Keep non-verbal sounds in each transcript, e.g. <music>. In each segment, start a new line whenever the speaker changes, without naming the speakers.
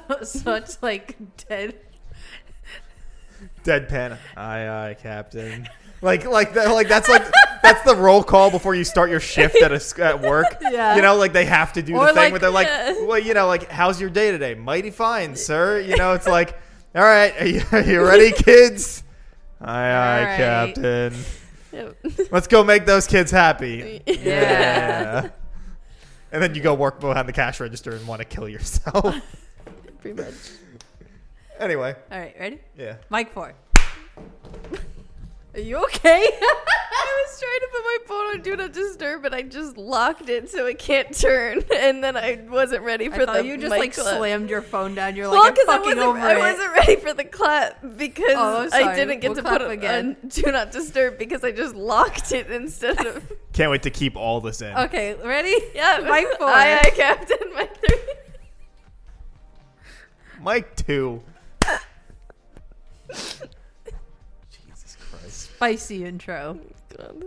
<laughs> such like dead.
Deadpan. Aye, aye, Captain. Like, like that. Like that's like that's the roll call before you start your shift at a s at work.
Yeah.
You know, like they have to do
Or
the thing
like-
where they're like,
yeah.
well, you know, like how's your day today? Mighty fine, sir. You know, it's like, all right, are you, are you
<laughs>
ready, kids? Aye, aye,
All right.
Captain.
Yep.
Let's go make those
<laughs>
kids happy.
Yeah.
Yeah. and then you go work behind the cash register and want to
<laughs>
kill yourself.
Pretty much.
anyway,
<laughs> All right, ready?
yeah.
Mike four. Are you <laughs> okay?
<laughs> I was trying to put my phone on do not disturb, and I just locked it so it can't turn. <laughs> And then I wasn't ready for
I thought
the
you just
mic
like
clap.
slammed your phone down. You're like,
Well,
I'm
'cause I
fucking
wasn't,
over
I
it.
wasn't ready for the clap
Oh,
because
I'm
I
sorry.
didn't get
We'll
to
clap
put it
again.
on do not disturb because I just locked it instead <laughs> of
Can't wait to keep all this
<laughs>
in.
Okay, ready?
yeah. <laughs>
Mike four.
Aye, aye, Captain. <laughs> Mike three.
Mike two. Jesus Christ.
Spicy intro.
God.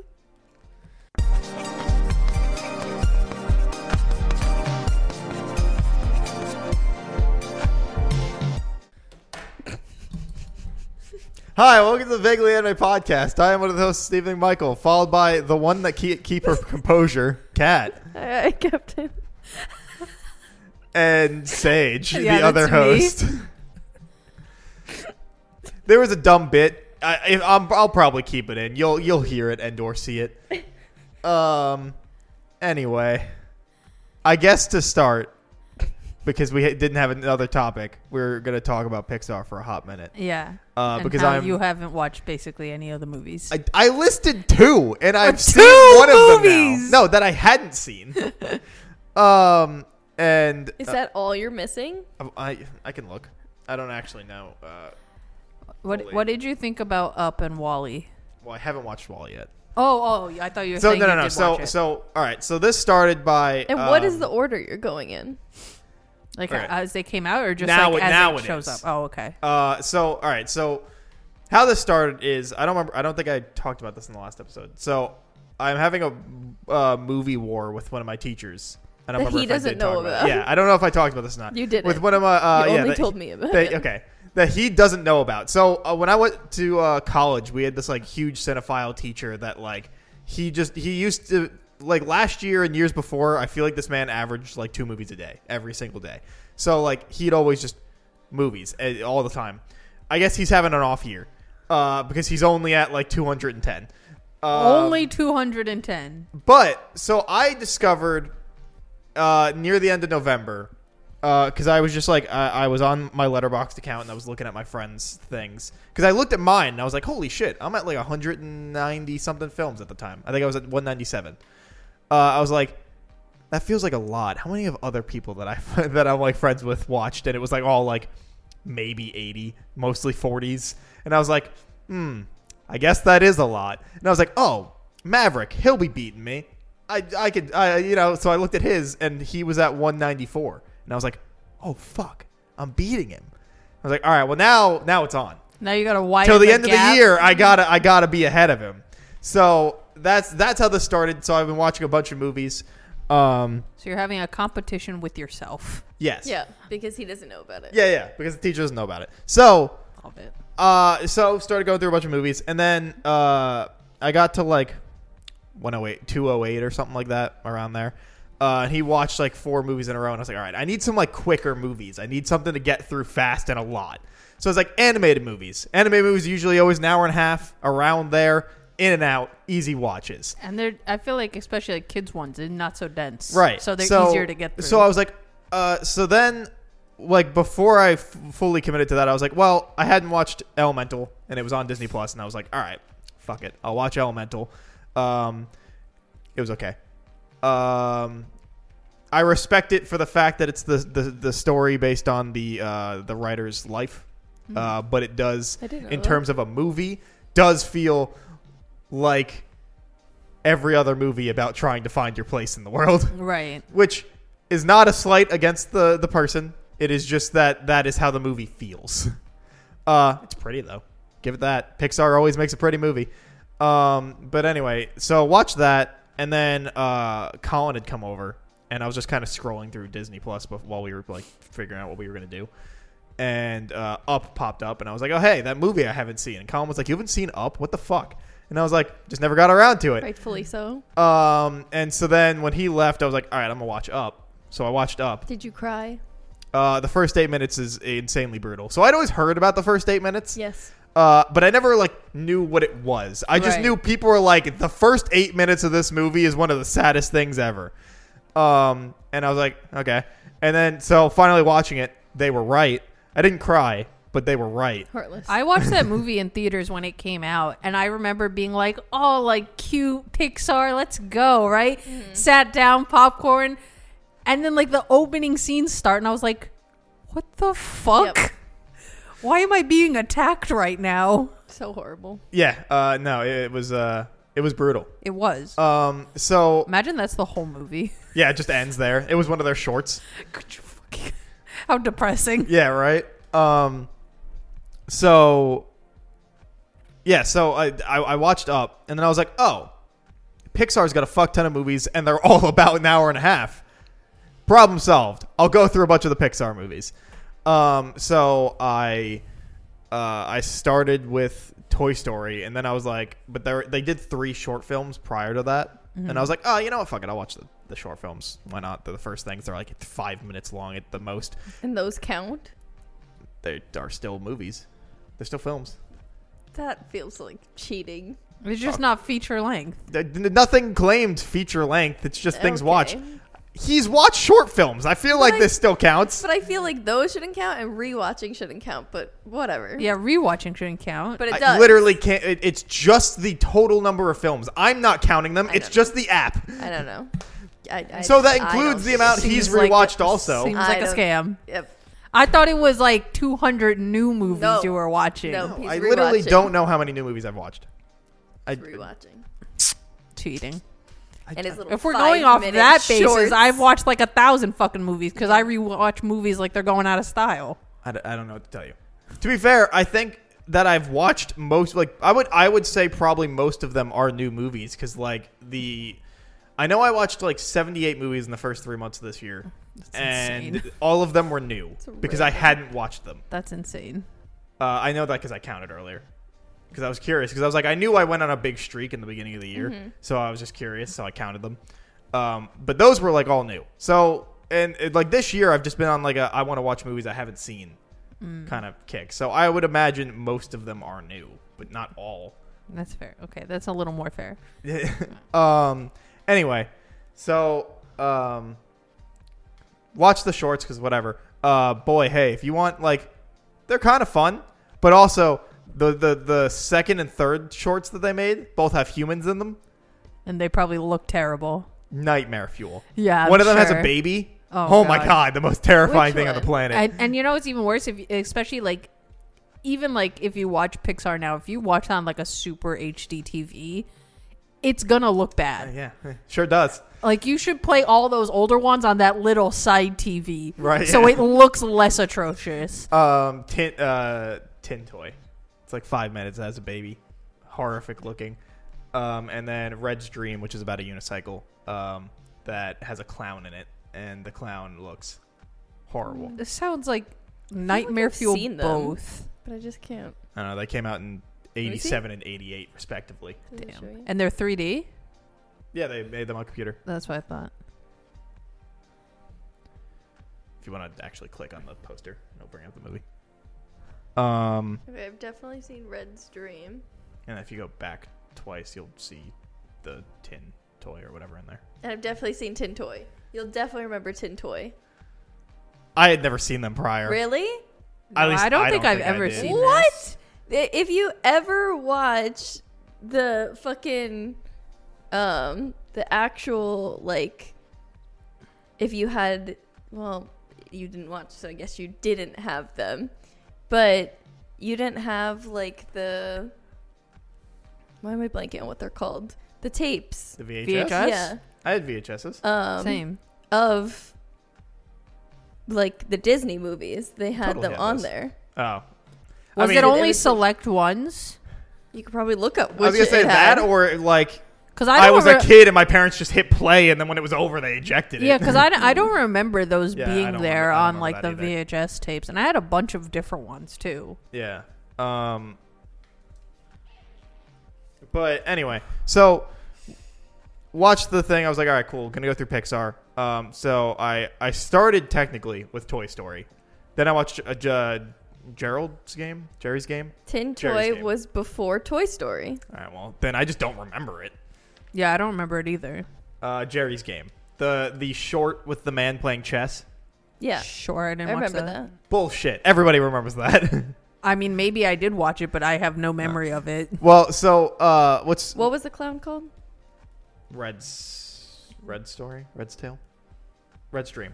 Hi, welcome to the Vaguely Anime Podcast. I am one of the hosts, Stephen Michael, followed by the one that keep, keep her composure, Kat,
Aye, aye, Captain.
and Sage,
Yeah,
the other
that's me.
host. there was a dumb bit. I, I, I'm, I'll probably keep it in. You'll you'll hear it and or see it. Um. Anyway, I guess to start, because we ha- didn't have another topic, we are going to talk about Pixar for a hot minute.
Yeah.
Uh,
And
because
how
I'm-
you haven't watched basically any of the movies.
I, I listed two, and I've
two
seen one of them
movies!
now. No, that I
<laughs>
hadn't seen. um, and
Is
uh, um,
that all you're missing?
I I can look. I don't actually know. Uh,
what
Wall-E.
What did you think about Up and Wally?
well, I haven't watched Wall yet.
Oh, oh, I thought you were
So
saying
no, no,
you
no.
did
So
watch it.
so all right. So this started by
And what is
um,
the order you're going in?
like
Alright.
as they came out, or just
Now
like
it-
as
now
it
it
shows
is.
up. Oh, okay.
Uh, so all right, so how this started is I don't remember. I don't think I talked about this in the last episode. So I'm having a uh, movie war with one of my teachers. I don't
That
remember
he
if I
doesn't
did
know
talk about.
about.
it. Yeah, I don't know if I talked about this or not.
You didn't.
with one of my. Uh,
you
yeah,
only
that-
told me about
that-
it.
okay, that he doesn't know about. So uh, when I went to uh, college, we had this like huge cinephile teacher that like he just he used to like last year and years before. I feel like this man averaged like two movies a day every single day. So like he'd always just movies eh, all the time. I guess he's having an off year uh, because he's only at like 210. Uh,
Only two hundred and ten.
but so I discovered uh, near the end of November because I was just like I, I was on my Letterboxd account and I was looking at my friends' things because I looked at mine and I was like, holy shit, I'm at like 190 something films at the time. I think I was at 197. Uh, I was like. That feels like a lot. How many of other people that I <laughs> that I'm like friends with watched, and it was like all like maybe 80, mostly 40s. And I was like, hmm, I guess that is a lot. And I was like, oh, Maverick, he'll be beating me. I, I could, I, you know, so I looked at his and he was at 194. And I was like, oh, fuck, I'm beating him. I was like, all right, well, now, now it's on.
Now you got to widen
Till the, end of
gap.
the year, I gotta, I gotta be ahead of him. So that's, that's how this started. So I've been watching a bunch of movies. Um,
So you're having a competition with yourself.
yes.
Yeah, because he doesn't know about it.
Yeah, yeah, because the teacher doesn't know about it. So
Love it.
uh so started going through a bunch of movies and then uh i got to like 108 208 or something like that around there uh and he watched like four movies in a row and i was like all right i need some like quicker movies i need something to get through fast and a lot so it's like animated movies animated movies usually always an hour and a half around there in and out easy watches
And they're, I feel like, especially like kids ones, they're not so dense.
Right.
So they're easier to get through.
So I was like, uh, so then, like before I f- fully committed to that, I was like, well, I hadn't watched Elemental, and it was on Disney Plus, and I was like, all right, fuck it, I'll watch Elemental. Um, it was okay. Um, I respect it for the fact that it's the the, the story based on the uh, the writer's life,
Mm-hmm.
uh, but it does
I didn't know
in
that.
terms of a movie does feel like every other movie about trying to find your place in the
Mm-hmm.
world
right.
which is not a slight against the the person. It is just that that is how the movie feels. <laughs> Uh, it's pretty though. Give it that. Pixar always makes a pretty movie. Um, but anyway, so watch that, and then uh, Colin had come over, and I was just kind of scrolling through Disney Plus bef- while we were like figuring out what we were gonna do. And uh, Up popped up, and I was like, "Oh hey, that movie I haven't seen." And Colin was like, "You haven't seen Up? What the fuck?" And I was like, "Just never got around to it."
Rightfully so.
Um, and so then when he left, I was like, "All right, I'm gonna watch Up." So I watched Up.
Did you cry?
Uh, the first eight minutes is insanely brutal. So I'd always heard about the first eight minutes,
Yes.
uh, but I never like knew what it was. I just
Right.
knew people were like, the first eight minutes of this movie is one of the saddest things ever. Um, and I was like, okay. And then so finally watching it, they were right. I didn't cry, but they were right.
Heartless.
I watched that movie in theaters when it came out, and I remember being like, "Oh, like cute Pixar, let's go!" Right? Sat down, popcorn, and then like the opening scenes start, and I was like, "What the fuck?
Yep.
Why am I being attacked right now?"
so horrible.
Yeah. Uh, no, it, it was uh, it was brutal.
It was.
Um, so
Imagine that's the whole movie.
yeah, it just ends there. It was one of their shorts.
<laughs> Could you fucking- How depressing.
Yeah, right. Um, so yeah, so I, I I watched up, and then I was like, oh, Pixar's got a fuck ton of movies, and they're <laughs> all about an hour and a half. Problem solved. I'll go through a bunch of the Pixar movies. Um, so I uh, I started with Toy Story, and then I was like, but they they did three short films prior to that, and I was like, oh, you know what, fuck it, I'll watch the, the short films. Why not? They're the first things. They're like five minutes long at the most
And those count?
they are still movies. They're still films.
That feels like cheating.
It's just not feature length.
They- Nothing claimed feature length. It's just things
Okay.
watched. He's watched short films. I feel like
I-
this still counts.
But I feel like those shouldn't count and rewatching shouldn't count, but whatever.
Yeah, rewatching shouldn't count.
But it
I
does.
literally can't. It, it's just the total number of films. I'm not counting them.
I
It's
don't
just the app.
I don't know. I, I,
so that
I
includes
don't
the amount
think-
he's
Seems like
rewatched.
a-
also,
seems
I
like a
don't-
scam.
Yep.
I thought it was like 200 new movies
No.
you were watching.
No. he's
I literally
rewatching.
don't know how many new movies I've watched. I,
Rewatching.
Cheating.
I-
And his little
If we're
five
going off
minute
that basis,
shorts.
I've watched like a thousand fucking movies because I rewatch movies like they're going out of style.
I, d- I don't know what to tell you. To be fair, I think that I've watched most like I would I would say probably most of them are new movies cuz like the I know I watched like 78 movies in the first 3 months of this year and
insane.
all of them were new
a
because
rare
I hadn't watched them.
That's insane.
Uh, I know that cuz I counted earlier. Cuz I was curious cuz I was like I knew I went on a big streak in the beginning of the year. So I was just curious so I counted them. Um, but those were like all new. So and it, like this year I've just been on like a I want to watch movies I haven't seen kind of kick. So I would imagine most of them are new, but not all.
That's fair. Okay, that's a little more fair.
um. Anyway, so um, watch the shorts because whatever. Uh, boy, hey, if you want like, they're kind of fun, but also the the the second and third shorts that they made both have humans in them.
And they probably look terrible.
Nightmare fuel.
Yeah, I'm
One of them has a
sure.
baby.
Oh,
my
God.
god, the most terrifying
Which
thing on the
one?
planet.
And, and you know what's even worse? If you, especially like, even like if you watch Pixar now, if you watch on like a super HD TV, it's gonna look bad.
yeah, <laughs> sure does.
Like you should play all those older ones on that little side TV,
Right,
So
yeah. <laughs>
it looks less atrocious.
Um, tin, uh, tin toy. It's like five minutes as a baby, horrific looking. Um, and then Red's Dream, which is about a unicycle, um, that has a clown in it, and the clown looks horrible.
Mm.
This sounds like nightmare
I've
fuel.
seen them.
both,
But I just can't.
I don't know. They came out in
me see.
'87 and '88 respectively.
Let me show
damn,
you.
and they're 3D.
Yeah, they made them on computer.
That's what I thought.
If you want to actually click on the poster, it'll bring up the movie. Um,
Okay, I've definitely seen Red's Dream.
and if you go back twice, you'll see the tin toy or whatever in there.
And I've definitely seen Tin Toy. You'll definitely remember Tin Toy.
I had never seen them prior.
Really?
At
No,
least
I don't
I
think
don't
I've
think I
ever
did.
seen.
What?
this.
I- If you ever watch the fucking um the actual like if you had well, you didn't watch so I guess you didn't have them. But you didn't have like the why am I blanking on what they're called? The tapes.
The VHS.
VHS? Us?
Yeah.
I had VHSs.
Uh,
Um
Same.
of like the Disney movies. They had
Totally
them
had
on
those.
there.
Was
Oh. I mean,
it only
was-
select ones?
You could probably look up.
I was
which
gonna say
it had.
that, or like
Because I,
I
don't
was
remember,
a kid and my parents just hit play, and then when it was over, they ejected it.
Yeah, because I, don't- I don't remember those
Yeah, I
being
don't
there
remember- I don't
on
remember
like the
that either.
VHS tapes, and I had a bunch of different ones too.
<laughs> Yeah. Um. But anyway, so watch the thing. I was like, all right, cool. Gonna go through Pixar. Um. So I I started technically with Toy Story, then I watched uh, J- Gerald's game, Jerry's game.
Tin
Jerry's
Toy
game.
was before Toy Story.
All right. Well, then I just don't remember it.
Yeah, I don't remember it either.
Uh, Jerry's game. The the short with the man playing chess.
Yeah,
Sure, I didn't
I
watch
remember
that.
that.
Bullshit. Everybody remembers that. <laughs>
I mean, maybe I did watch it, but I have no memory of it.
well, so uh, what's
What was the clown called?
Red's Red Story, Red's Tale, Red's Dream.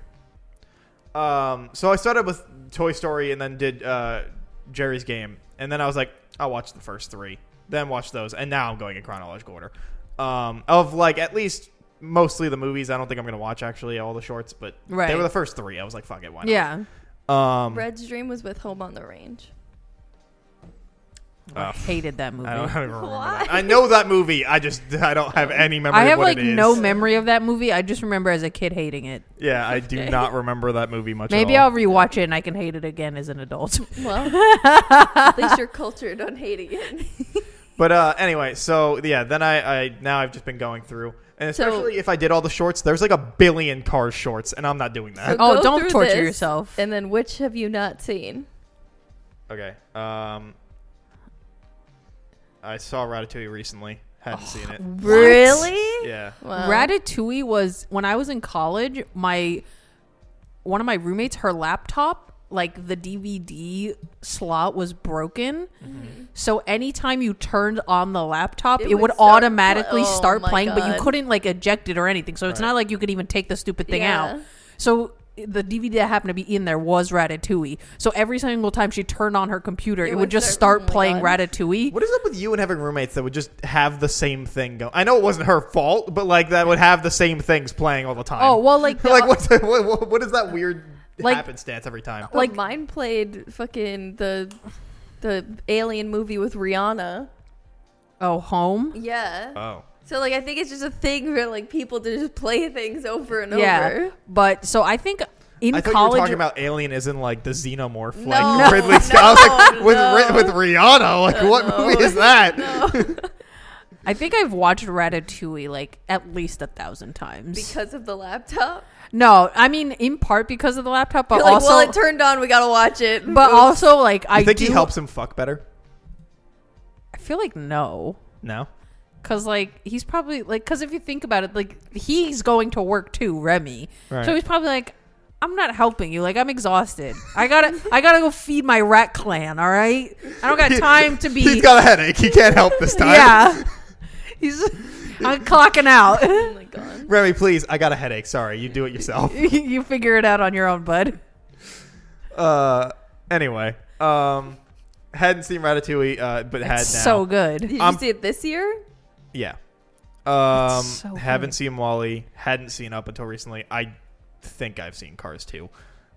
Um, so I started with Toy Story and then did uh, Jerry's Game, and then I was like, I'll watch the first three, then watch those, and now I'm going in chronological order um, of like at least mostly the movies. I don't think I'm gonna watch actually all the shorts, but they
Right.
were the first three. I was like, fuck it, why not?
Yeah,
Um,
Red's Dream was with Home on the Range.
I
Oh.
hated that movie.
I don't, I don't remember
Why?
that. I know that movie. I just I
<laughs>
don't have any memory.
I
of
have
what
like
it is.
no memory of that movie. I just remember as a kid hating it.
Yeah, I do not remember that movie much. at
Maybe
all.
I'll rewatch it and I can hate it again as an adult. <laughs>
Well, at least you're cultured on hating
<laughs>
it.
But uh, anyway, so yeah, then I, I now I've just been going through, and
So-
especially if I did all the shorts, there's like a billion car shorts, and I'm not doing that.
So
oh,
go
don't
through
torture
this,
yourself.
And then which have you not seen?
okay. Um, I saw Ratatouille recently.
Oh,
Hadn't seen it.
Really?
Yeah.
Well,
Ratatouille was when I was in college. My one of my roommates, her laptop, like the DVD slot was broken. So anytime you turned on the laptop,
Mm-hmm. It
it,
would
would,
start
automatically
pla- oh
start
my
playing, but you
God.
couldn't like eject it or anything. So it's
Right.
not like you could even take the stupid thing
Yeah.
out. So eh, the DVD that happened to be in there was Ratatouille. So every single time she turned on her computer, it, would, just start
oh my
playing
God.
Ratatouille.
What is up with you and having roommates that would just have the same thing go? I know it wasn't her fault, but like that would have the same things playing all the time.
Oh well, like the-
like what's what, what, what is that weird
Like-
happenstance every time?
<laughs>
like
like-
mine played fucking the the alien movie with Rihanna.
oh home.
Yeah.
Oh.
So like I think it's just a thing for like people to just play things over and
Yeah,
over.
but so I think in
I thought
college
you were talking about Alien as in like the xenomorph,
No,
like <laughs> Ridley Scott. I was like,
no,
with,
no.
Ri- with Rihanna, like what movie is that?
I think I've watched Ratatouille like at least a thousand times.
Because of the laptop.
no, I mean in part because of the laptop, but
You're like,
also,
well, it turned on, we gotta watch it. <laughs>
but
Oops.
also like I
You think
do,
he helps him fuck better?
I feel like no,
No.
because like he's probably like because if you think about it, like he's going to work too, Remy.
Right.
So he's probably like, I'm not helping you. Like I'm exhausted. I gotta I gotta go feed my rat clan. All right, I
<laughs>
don't got time to be.
He's got a headache. He can't help this time.
yeah, he's. I'm clocking out. <laughs>
Oh my god.
Remy, please. I got a headache. Sorry. You do it yourself.
you figure it out on your own, bud.
Uh. Anyway. Um. Hadn't seen Ratatouille, uh, but had now.
It's so good.
Did
Um,
you see it this year?
Yeah. Um,
It's so
haven't
good.
seen Wally. Hadn't seen up until recently. I think I've seen Cars too.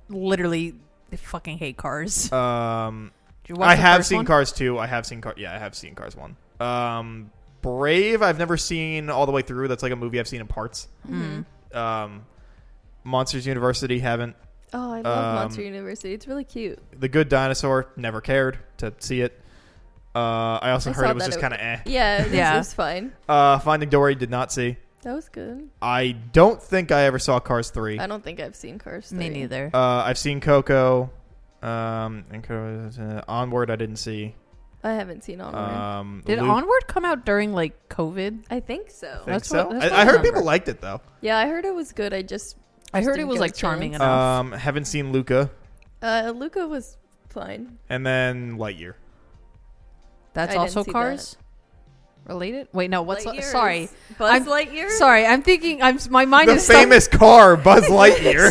Literally, I fucking hate cars.
Um,
Did you watch
I
the
have
first
seen
one?
Cars 2. I have seen Cars. Yeah, I have seen Cars 1. Um, Brave, I've never seen all the way through. That's like a movie I've seen in parts.
Mm,
Um, Monsters University, haven't.
Oh, I love
Um,
Monster University. It's really cute.
The Good Dinosaur, never cared to see it. Uh, I also
I
heard
saw
it was
that
just
it-
kind of eh.
Yeah, it was-
Yeah.
it was fine.
Uh, Finding Dory, did not see.
That was good.
I don't think I ever saw Cars 3.
I
Uh,
don't think I've seen Cars.
Me
3.
neither.
I've seen Coco. Um, and Co- uh, Onward, I didn't see.
I haven't seen all of them.
Um,
Did
Luke-
Onward come out during like COVID?
I think so.
I think
That's
so.
what- that's
I-
what
I
I
heard people
remember.
liked it though.
Yeah, I heard it was good. I just
I heard it
didn't
was
get
like
a
charming
chance.
enough.
Um, haven't seen Luca.
uh, Luca was fine.
and then Lightyear.
That's
I
also
didn't see
Cars related. Wait, no. What's
Lightyear
sorry? <laughs>
is- Buzz
I'm-
Lightyear.
Sorry, I'm thinking. I'm my mind
The
is stuck-
famous car, Buzz Lightyear.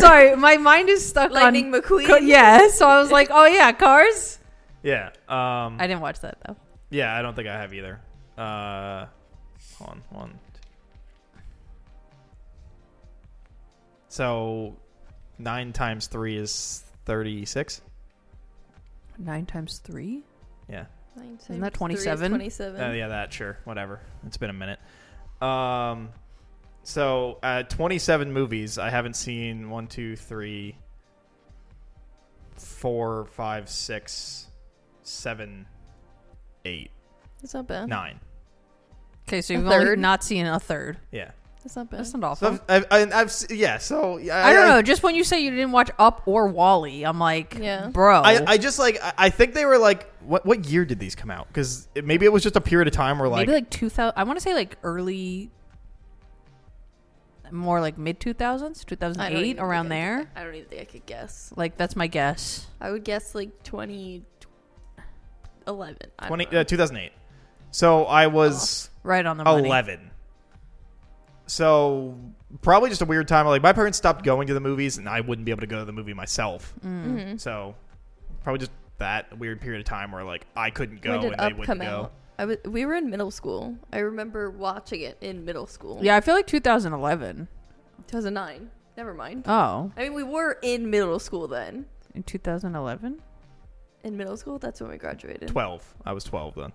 <laughs> Sorry, my mind is stuck
Lightning
on.
McQueen.
Co- yeah, so I was like, oh yeah, Cars.
<laughs> yeah. Um.
I didn't watch that though.
yeah, I don't think I have either. Uh, hold on one. two. So, nine times three is thirty-six.
Nine times three.
Yeah.
Nine times
Isn't that
three is
27?
27.
Uh, yeah, that sure. Whatever. It's been a minute. Um, so uh, 27 movies. I haven't seen one, two, three, four, five, six, seven, eight,
It's not bad.
nine.
Okay, so
A
you've only
third?
not seen a third.
Yeah.
It's not bad.
That's not awful.
So I've, I've, i I've s- yeah. So yeah,
I don't know. Just when you say you didn't watch Up or Wally, I'm like,
Yeah.
bro.
I, I just like I- I think they were like what what year did these come out? Because maybe it was just a period of time where like,
maybe like 2000 i want to say like early more like mid 2000s
I don't
2008
even
around
think I
there
could- I don't even think I could guess.
like that's my guess
I would guess like 2011.
20, uh, 2008. So I was
right on the money.
11. So probably just a weird time. Like my parents stopped going to the movies, and I wouldn't be able to go to the movie myself.
Mm-hmm.
So probably just that weird period of time where like I couldn't go
When did
and they
Up
wouldn't
come
go.
out? I was, we were in middle school. I remember watching it in middle school.
yeah i feel like 2011
2009. Never mind.
oh
I mean, we were in middle school then.
in 2011
In middle school, that's when we graduated.
Twelve. I was twelve then.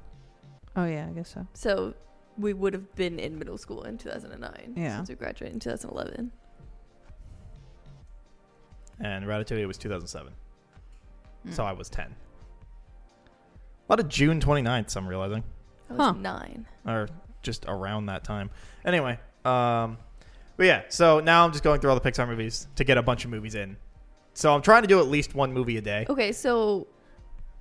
oh yeah i guess so
So we would have been in middle school in 2009.
Yeah.
Since we graduated in 2011.
and Ratatouille was 2007.
Mm.
So I was 10. A lot of June 29th, I'm realizing,
I
Huh.
was nine.
or just around that time. Anyway, um, but yeah, so now I'm just going through all the Pixar movies to get a bunch of movies in. So I'm trying to do at least one movie a day.
Okay, so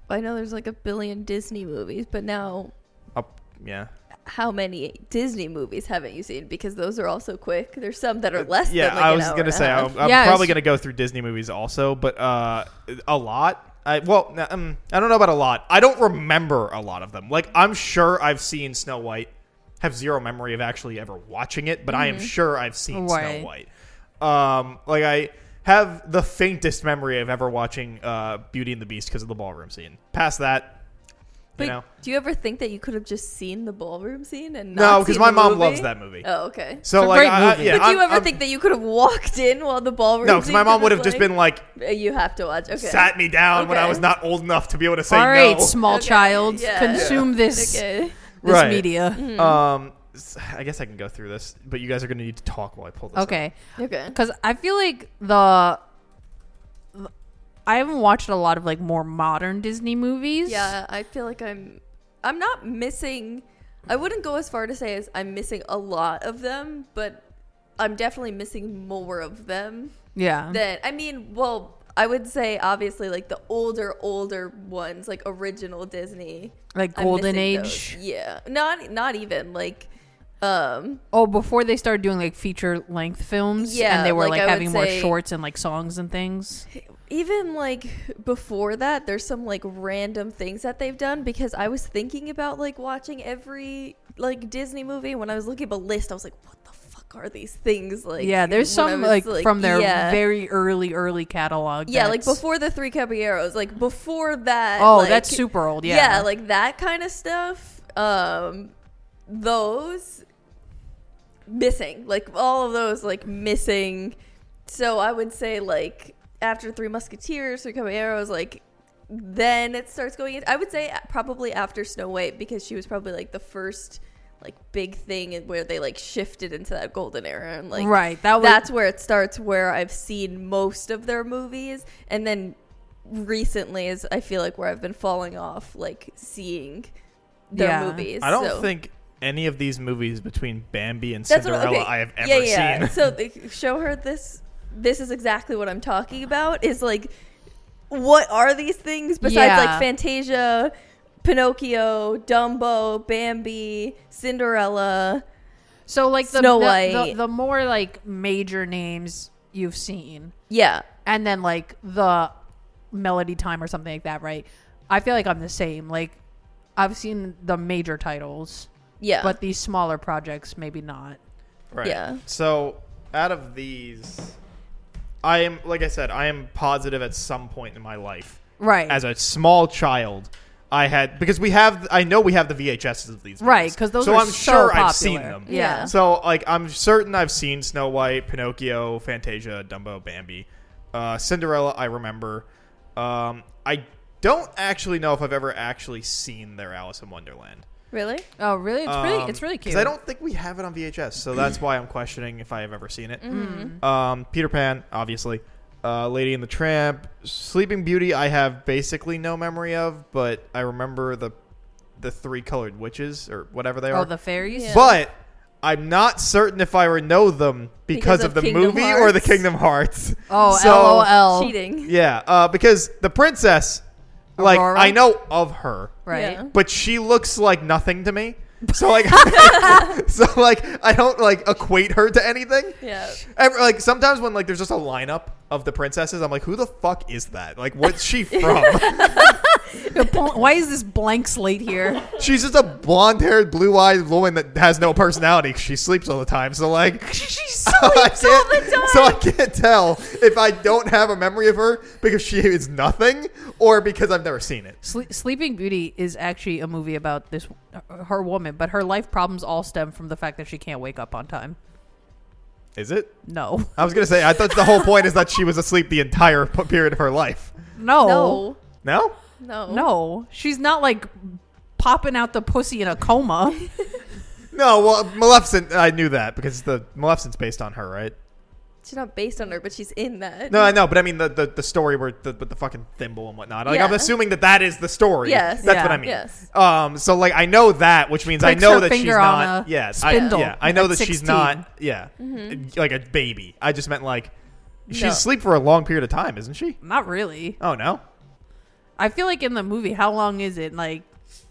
I know there's like a billion Disney movies, but now
Up, yeah,
how many Disney movies haven't you seen? Because those are also quick. There's some that are less.
Uh, yeah.
than like
I
an
was
hour
gonna
and a
say
half.
I'm, I'm
Yeah,
probably
it's-
gonna go through Disney movies also, but uh, a lot. I, well, n- um, I don't know about a lot. I don't remember a lot of them. Like I'm sure I've seen Snow White. Have zero memory of actually ever watching it, but I am sure I've seen
Mm-hmm. Right.
Snow White. Um, like I have the faintest memory of ever watching uh, Beauty and the Beast because of the ballroom scene. Past that,
But
you know,
do you ever think that you could have just seen the ballroom scene and not
no, because
seen
my
the
mom
movie?
loves that movie.
Oh, okay.
So
It's a
like,
great
I, I-
movie.
yeah,
but do you
I'm-
ever
I'm-
think that you could have walked in while the ballroom?
no? Because my mom would have just been like,
like, "You have to watch." Okay.
sat me down when I
Okay.
was not old enough to be able to say
all right
no.
small
Okay,
child
yeah. <laughs>
consume this
Okay. Mm-hmm.
this
Right.
media
hmm.
Um, s- I guess I can go through this, but you guys are going to need to talk while I pull this. up.
okay
Okay.
because I feel like the I haven't watched a lot of like more modern Disney movies.
Yeah, I feel like I'm. I'm not missing. I wouldn't go as far to say as I'm missing a lot of them, but I'm definitely missing more of them
yeah.
than. I mean, well, I would say obviously like the older, older ones, like original Disney.
like
I'm
Golden
missing
Age.
those. Yeah, not not even like, um,
Oh, before they started doing like feature length films,
Yeah,
and they were
like,
like,
I would
having more
say-
shorts and like songs and things.
even like before that, there's some like random things that they've done because I was thinking about like watching every like Disney movie when I was looking at the list, I was like, what the fuck are these things like?
yeah, there's
when I
some
was,
like, from their
yeah.
very early, early catalog.
yeah, like
that's-
before the Three Caballeros, like before that.
Oh,
like-
that's super old. Yeah,
yeah, like that kind of stuff. Um, those missing, like all of those, like missing. So I would say, like after Three Musketeers, Three Caballeros, like then it starts going. In, I would say uh, probably after Snow White because she was probably like the first like big thing and where they like shifted into that golden era and like
right. That was
that's where it starts where i've seen most of their movies and then recently is i feel like where i've been falling off like seeing their
Yeah.
movies
I don't
so.
think any of these movies between Bambi and
that's
Cinderella
what okay.
I have ever
yeah, yeah.
seen.
so they show her this this is exactly what i'm talking about is like what are these things besides
Yeah.
like fantasia pinocchio dumbo bambi cinderella
so like the
Snow
the,
White.
the the more like major names you've seen.
yeah
and then like the melody time or something like that, right? I feel like I'm the same. Like I've seen the major titles,
yeah
but these smaller projects maybe not.
<laughs> right.
yeah.
So out of these, I am like I said, I am positive at some point in my life
Right.
as a small child. I had because we have I know we have the VHSs of these movies.
right, cuz those
so
are
I'm
so
sure
popular.
I've seen them.
Yeah.
Yeah.
<laughs> So like I'm certain I've seen Snow White, Pinocchio, Fantasia, Dumbo, Bambi, uh, Cinderella. I remember. Um, I don't actually know if I've ever actually seen their Alice in Wonderland.
Really?
Oh, really? It's really
Um,
it's really
'cause
cute.
I don't think we have it on VHS, so that's why I'm questioning if I have ever seen it.
Mm-hmm.
Um, Peter Pan, obviously. Uh, Lady and the Tramp, Sleeping Beauty. I have basically no memory of, but I remember the the three colored witches or whatever they
Oh,
are.
the fairies.
Yeah.
But I'm not certain if I would know them because,
Because
of,
of
the
Kingdom
movie or the
Hearts.
Kingdom Hearts.
Oh,
So-
lol.
Cheating.
Yeah, uh, because the princess, like
Aurora?
I know of her,
Right.
Yeah.
but she looks like nothing to me. So like, <laughs> so like I don't like equate her to anything.
Yeah.
Ever, like sometimes when like there's just a lineup of the princesses, I'm like, who the fuck is that? Like, what's she from?
<laughs> The pl- Why is this blank slate
<laughs>
here? <laughs>
She's just a blonde-haired, blue-eyed woman that has no personality. 'cause She sleeps all the time. So like,
She's
<laughs> I can't- So I can't tell if I don't have a memory of her because she is nothing, or because I've never seen it.
Sle- Sleeping Beauty is actually a movie about this her woman, but her life problems all stem from the fact that she can't wake up on time.
Is it?
No, <laughs>
I was gonna say I thought the whole point is that she was asleep the entire p- period of her life.
no,
No.
No.
No.
no, She's not like popping out the pussy in a <laughs> coma.
No, well, Maleficent, I knew that because the Maleficent's based on her, right?
She's not based on her, but she's in that.
No, I know, but I mean the the, the story where the, with the fucking thimble and whatnot. Like, I'm
Yeah.
assuming that that is the story.
Yes.
that's
Yeah.
what I mean.
Yes.
Um, so like I know that, which means I
Clicks
know
her
that she's
finger on
not.
a
yes,
spindle
I, yeah, I know
at
that she's
16.
not. Yeah, like a baby. I just meant like she's
Mm-hmm. No.
asleep for a long period of time, isn't she?
not really.
Oh no,
I feel like in the movie, how long is it? Like,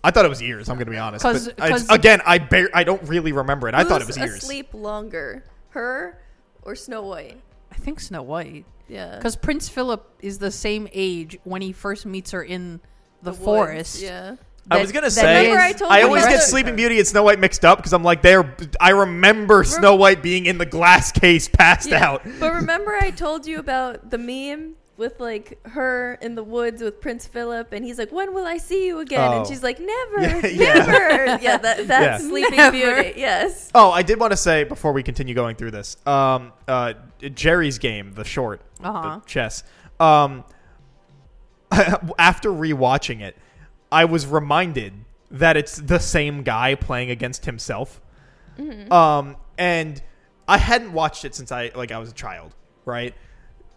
I thought it was years. I'm gonna be honest.
'Cause-
But I-
'cause-
again, I bar- I don't really remember it. I thought it was
Who's
years.
asleep longer, her or Snow White?
I think Snow White,
Yeah.
because Prince Philip is the same age when he first meets her in the,
woods,
forest.
Yeah.
I
that-
was gonna
that
say.
is-
Remember I told
I
you
always
that-
get Sleeping Beauty and Snow White mixed up because I'm like, they're. I remember Snow White being in the glass case, passed
Yeah.
out.
But remember I told you about the meme with like her in the woods with Prince Philip and he's like, When will I see you again?
Oh.
And she's like, Never,
Yeah, <laughs> yeah.
never. Yeah, that, that's
Yeah.
Sleeping
Never.
Beauty. Yes.
Oh, I did want to say before we continue going through this, um, uh, Jerry's game, the short,
Uh-huh.
the chess. Um, <laughs> after rewatching it, I was reminded that it's the same guy playing against himself. Um, and I hadn't watched it since I like I was a child, right?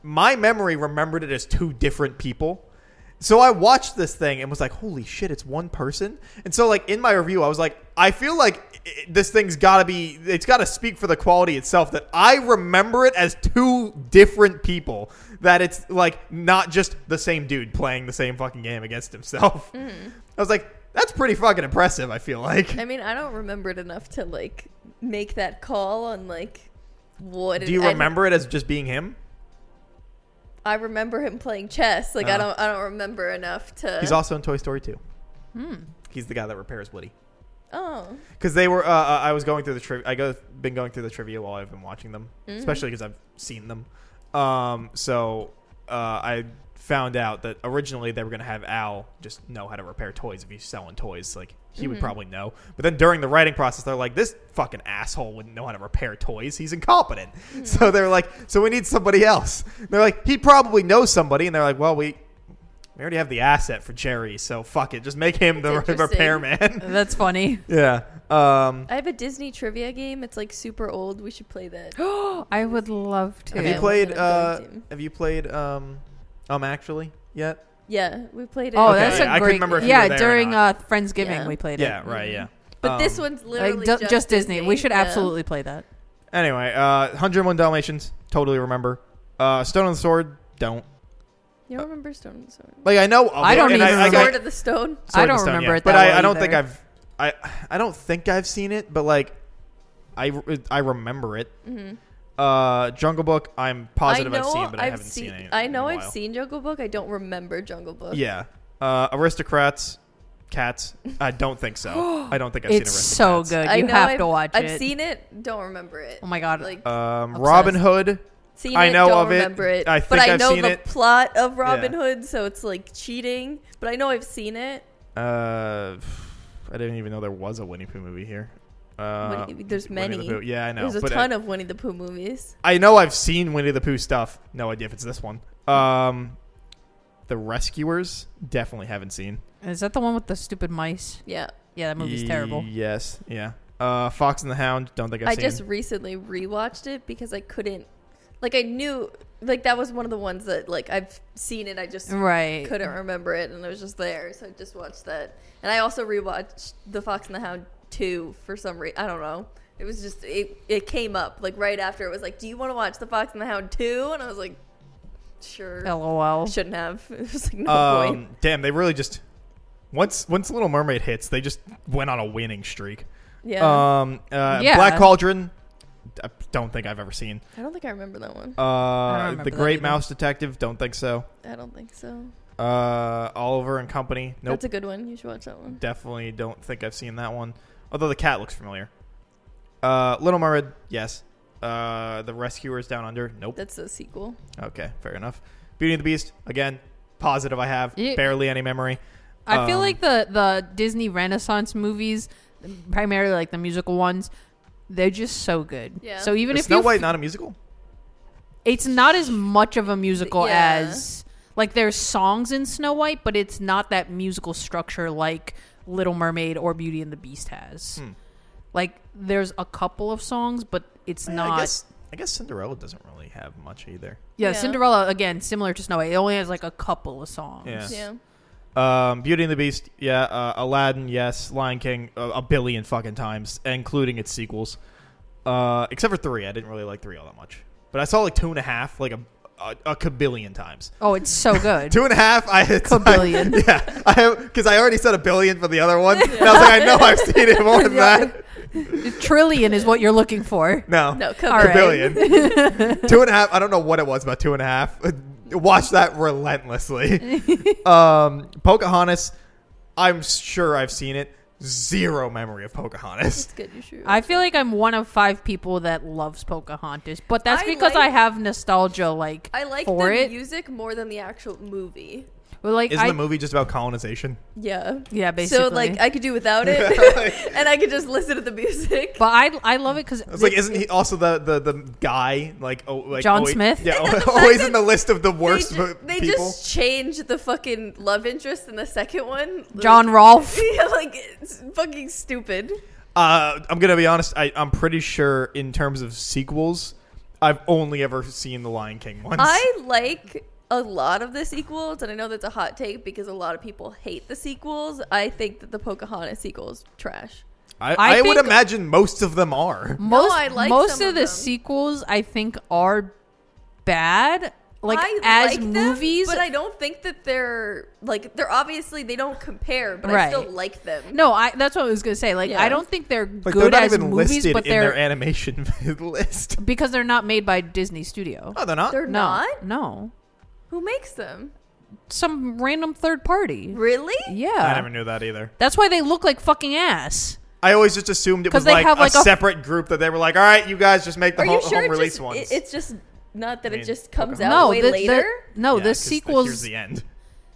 My memory remembered it as two different people. So I watched this thing and was like, "Holy shit, it's one person!" And so, like in my review, I was like, "I feel like i- this thing's got to be, it's got to speak for the quality itself that I remember it as two different people. That it's like not just the same dude playing the same fucking game against himself." <laughs> I was like, "That's pretty fucking impressive." I feel like.
I mean, I don't remember it enough to like make that call on like what it-
Do you
I-
remember it as just being him?
I remember him playing chess. Like I
Oh.
don't I don't remember enough to
He's also in Toy Story 2. He's the guy that repairs Woody.
Oh.
because they were. Uh, uh, I was going through the trivia. I go been going through the trivia while I've been watching them,
Mm.
especially because I've seen them. Um, so uh, I found out that originally they were going to have Al just know how to repair toys if he's selling toys. Like he would
Mm-hmm.
probably know. But then during the writing process, they're like, this fucking asshole wouldn't know how to repair toys. He's incompetent.
Mm-hmm.
So they're like, so we need somebody else. they're like, he probably knows somebody, and they're like, well, we. We already have the asset for Jerry, so fuck it. Just make him
That's
the
interesting.
<laughs> repairman.
<laughs> That's funny. <gasps>
yeah. Um,
I have a Disney trivia game. It's like super old. We should play <gasps> that.
I would love to.
Have
Yeah,
you
it
played?
wasn't a
Uh,
going team.
have you played? Um, um, actually, yet?
yeah, we played it.
Oh,
Okay,
that's
yeah,
a
I couldn't
great.
remember if you
yeah,
were there or
during uh,
not.
Friendsgiving
Yeah.
we played
Yeah,
it.
right. Yeah.
But
Um,
this one's literally
like ju-
just,
just Disney. We should
Yeah.
absolutely play that.
Anyway, uh, 101 Dalmatians. Totally remember. Uh, Stone and the Sword. Don't.
You don't remember Stone and the Sword?
Like I know. Of
I
it,
don't
and
even
I, I,
Sword
I,
of the Stone.
Sword
I
and
don't
Stone,
remember
yeah.
it
But
that
I,
well
I don't think
either.
I've. I I don't think I've seen it, but like, I I remember it. Uh, Jungle Book. I'm positive
I
have
know
seen, but I
I've
haven't seen, it.
I
in
know
a
I've
while.
seen Jungle Book. I don't remember Jungle Book.
Yeah. Uh, aristocrats. Cats. I don't think
<gasps>
so. I don't think I've seen
It's
Aristocrats.
so good.
I
you
know
have
I've,
to watch
I've
it.
seen it. Don't remember it.
Oh my god.
Like
Um, Robin Hood.
seen
I
it,
know
don't
of it.
remember it.
I
but
think
I
I've
know
seen
the
it.
plot of Robin
Yeah.
Hood, so it's like cheating. But I know I've seen it.
Uh, I didn't even know there was a Winnie Pooh movie here. Uh,
What do you- there's
Winnie the
many.
Pooh. Yeah, I know.
There's a
but
ton
I,
of Winnie the Pooh movies.
I know I've seen Winnie the Pooh stuff. No idea if it's this one. Um, the Rescuers. Definitely haven't seen.
Is that the one with the stupid mice?
Yeah.
Yeah, that movie's terrible.
Yes. Yeah. Uh, Fox and the Hound. Don't think I've
I
seen.
just recently rewatched it because I couldn't like I knew like that was one of the ones that like I've seen it I just
Right.
couldn't remember it and it was just there so I just watched that and I also rewatched The Fox and the Hound 2 for some reason I don't know it was just it it came up like right after it was like do you want to watch The Fox and the Hound 2 and I was like sure
LOL.
shouldn't have <laughs> it was
<laughs>
like no point
um, damn, they really just once once Little Mermaid hits, they just went on a winning streak.
yeah
Um, uh,
Yeah.
Black Cauldron. I don't think I've ever seen.
I don't think I remember that one
don't
Uh,
remember
the
that
Great
either.
Mouse Detective. Don't think so.
I don't think so
Uh, Oliver and Company. Nope.
that's a good one you should watch that one
Definitely don't think I've seen that one. Although the cat looks familiar. Uh, Little Mermaid. Yes. Uh, the Rescuers Down Under. Nope.
that's a sequel
Okay, fair enough. Beauty and the Beast. Again, positive. I have
Yeah.
barely any memory.
I feel
Um,
like the the Disney Renaissance movies, primarily like the musical ones, they're just so good.
Yeah.
So even
Is
if
Snow
you
White not a musical?
it's not as much of a musical
Yeah.
as like there's songs in Snow White, but it's not that musical structure like Little Mermaid or Beauty and the Beast has.
Hmm.
Like there's a couple of songs, but it's not.
I guess, I guess Cinderella doesn't really have much either.
yeah,
Yeah.
Cinderella again, similar to Snow White, it only has like a couple of songs.
Yeah. <laughs>
yeah
Um, Beauty and the Beast, yeah. Uh, Aladdin, yes. Lion King, a, a billion fucking times, including its sequels. Uh, except for three, I didn't really like three all that much. But I saw like two and a half, like a a, a cabillion times.
Oh, it's so
<laughs>
good.
Two and a half, I it's like-
Cabillion.
<laughs> yeah, I have because I already said a billion for the
<laughs>
other one. And I was like, I know I've seen it more than that.
Trillion is what you're looking for.
No,
no
All right.
Cabillion. two and a half. I don't know what it was about two and a half. Watch that relentlessly. um, Pocahontas. I'm sure I've seen it. Zero memory of Pocahontas.
it's good you should
I feel like I'm one of five people that loves Pocahontas, but that's
I
because
like-
I have nostalgia. Like
I like
for
the
it,
music more than the actual movie.
But, like
Isn't
I,
the movie just about colonization?
Yeah.
yeah, basically.
So like I could do without it,
<laughs>
<laughs> and I could just listen to the music.
but I I love it because
I was like, isn't he also the the, the guy like oh like
John
always,
Smith?
Yeah, <laughs>
the fact
always
that
in the list of the
They,
worst
ju-
mo-
they
people.
just changed the fucking love interest in the second one.
John Rolfe?
<laughs> yeah, like it's fucking stupid.
Uh, I'm gonna be honest. I, I'm pretty sure in terms of sequels, I've only ever seen the Lion King once.
I like a lot of the sequels, and I know that's a hot take because a lot of people hate the sequels. I think that the Pocahontas sequels trash.
I,
I
I would
think-
imagine most of them are.
most
I like
most
some
of,
of
the
them.
sequels I think are bad. Like
I
as
like them,
movies,
but I don't think that they're like they're obviously they don't compare, but I
Right.
still like them.
no, I that's what I was gonna say. Like
Yeah.
I don't think they're
Like
good
they're not
as
even
movies,
listed
but
in
they're
their animation <laughs> list.
because they're not made by Disney Studio.
No, they're not.
Oh, They're
no,
not.
no,
Who makes them?
some random third party.
Really?
Yeah,
I never knew that either.
That's why they look like fucking ass.
I always just assumed it
'Cause
was
they
like,
have,
a,
like, a-
separate group that they were like, "All right, you guys just make the
Are
home,
you sure
home
it's
release
just,
ones."
it- it's just not that
I
it
mean,
just comes out
No,
way
the, the-
later?
no,
Yeah,
the
'cause
sequels,
here's the end.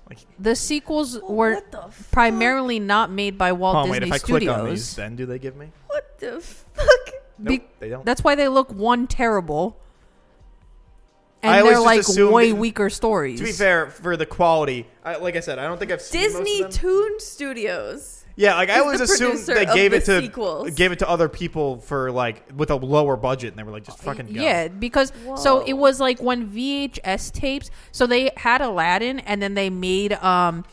Like,
the sequels
Well,
were
Oh, what the fuck?
primarily not made by Walt
oh
Disney
wait, if I
Studios.
click on these, then do they give me?
What the fuck?
Nope,
Be-
they don't.
That's why they look one terrible, and
I always
they're
just
like
assumed-
way weaker stories.
to be fair, for the quality, I, like I said, I don't think I've seen most of
<laughs> Disney
them.
Toon Studios.
Yeah, like I
is
always
the
assumed
producer
they
of
gave
the
it to
sequels.
gave it to other people for like with a lower budget, and they were like, just fucking go.
yeah, because so it was like when VHS tapes. So they had Aladdin, and then they made um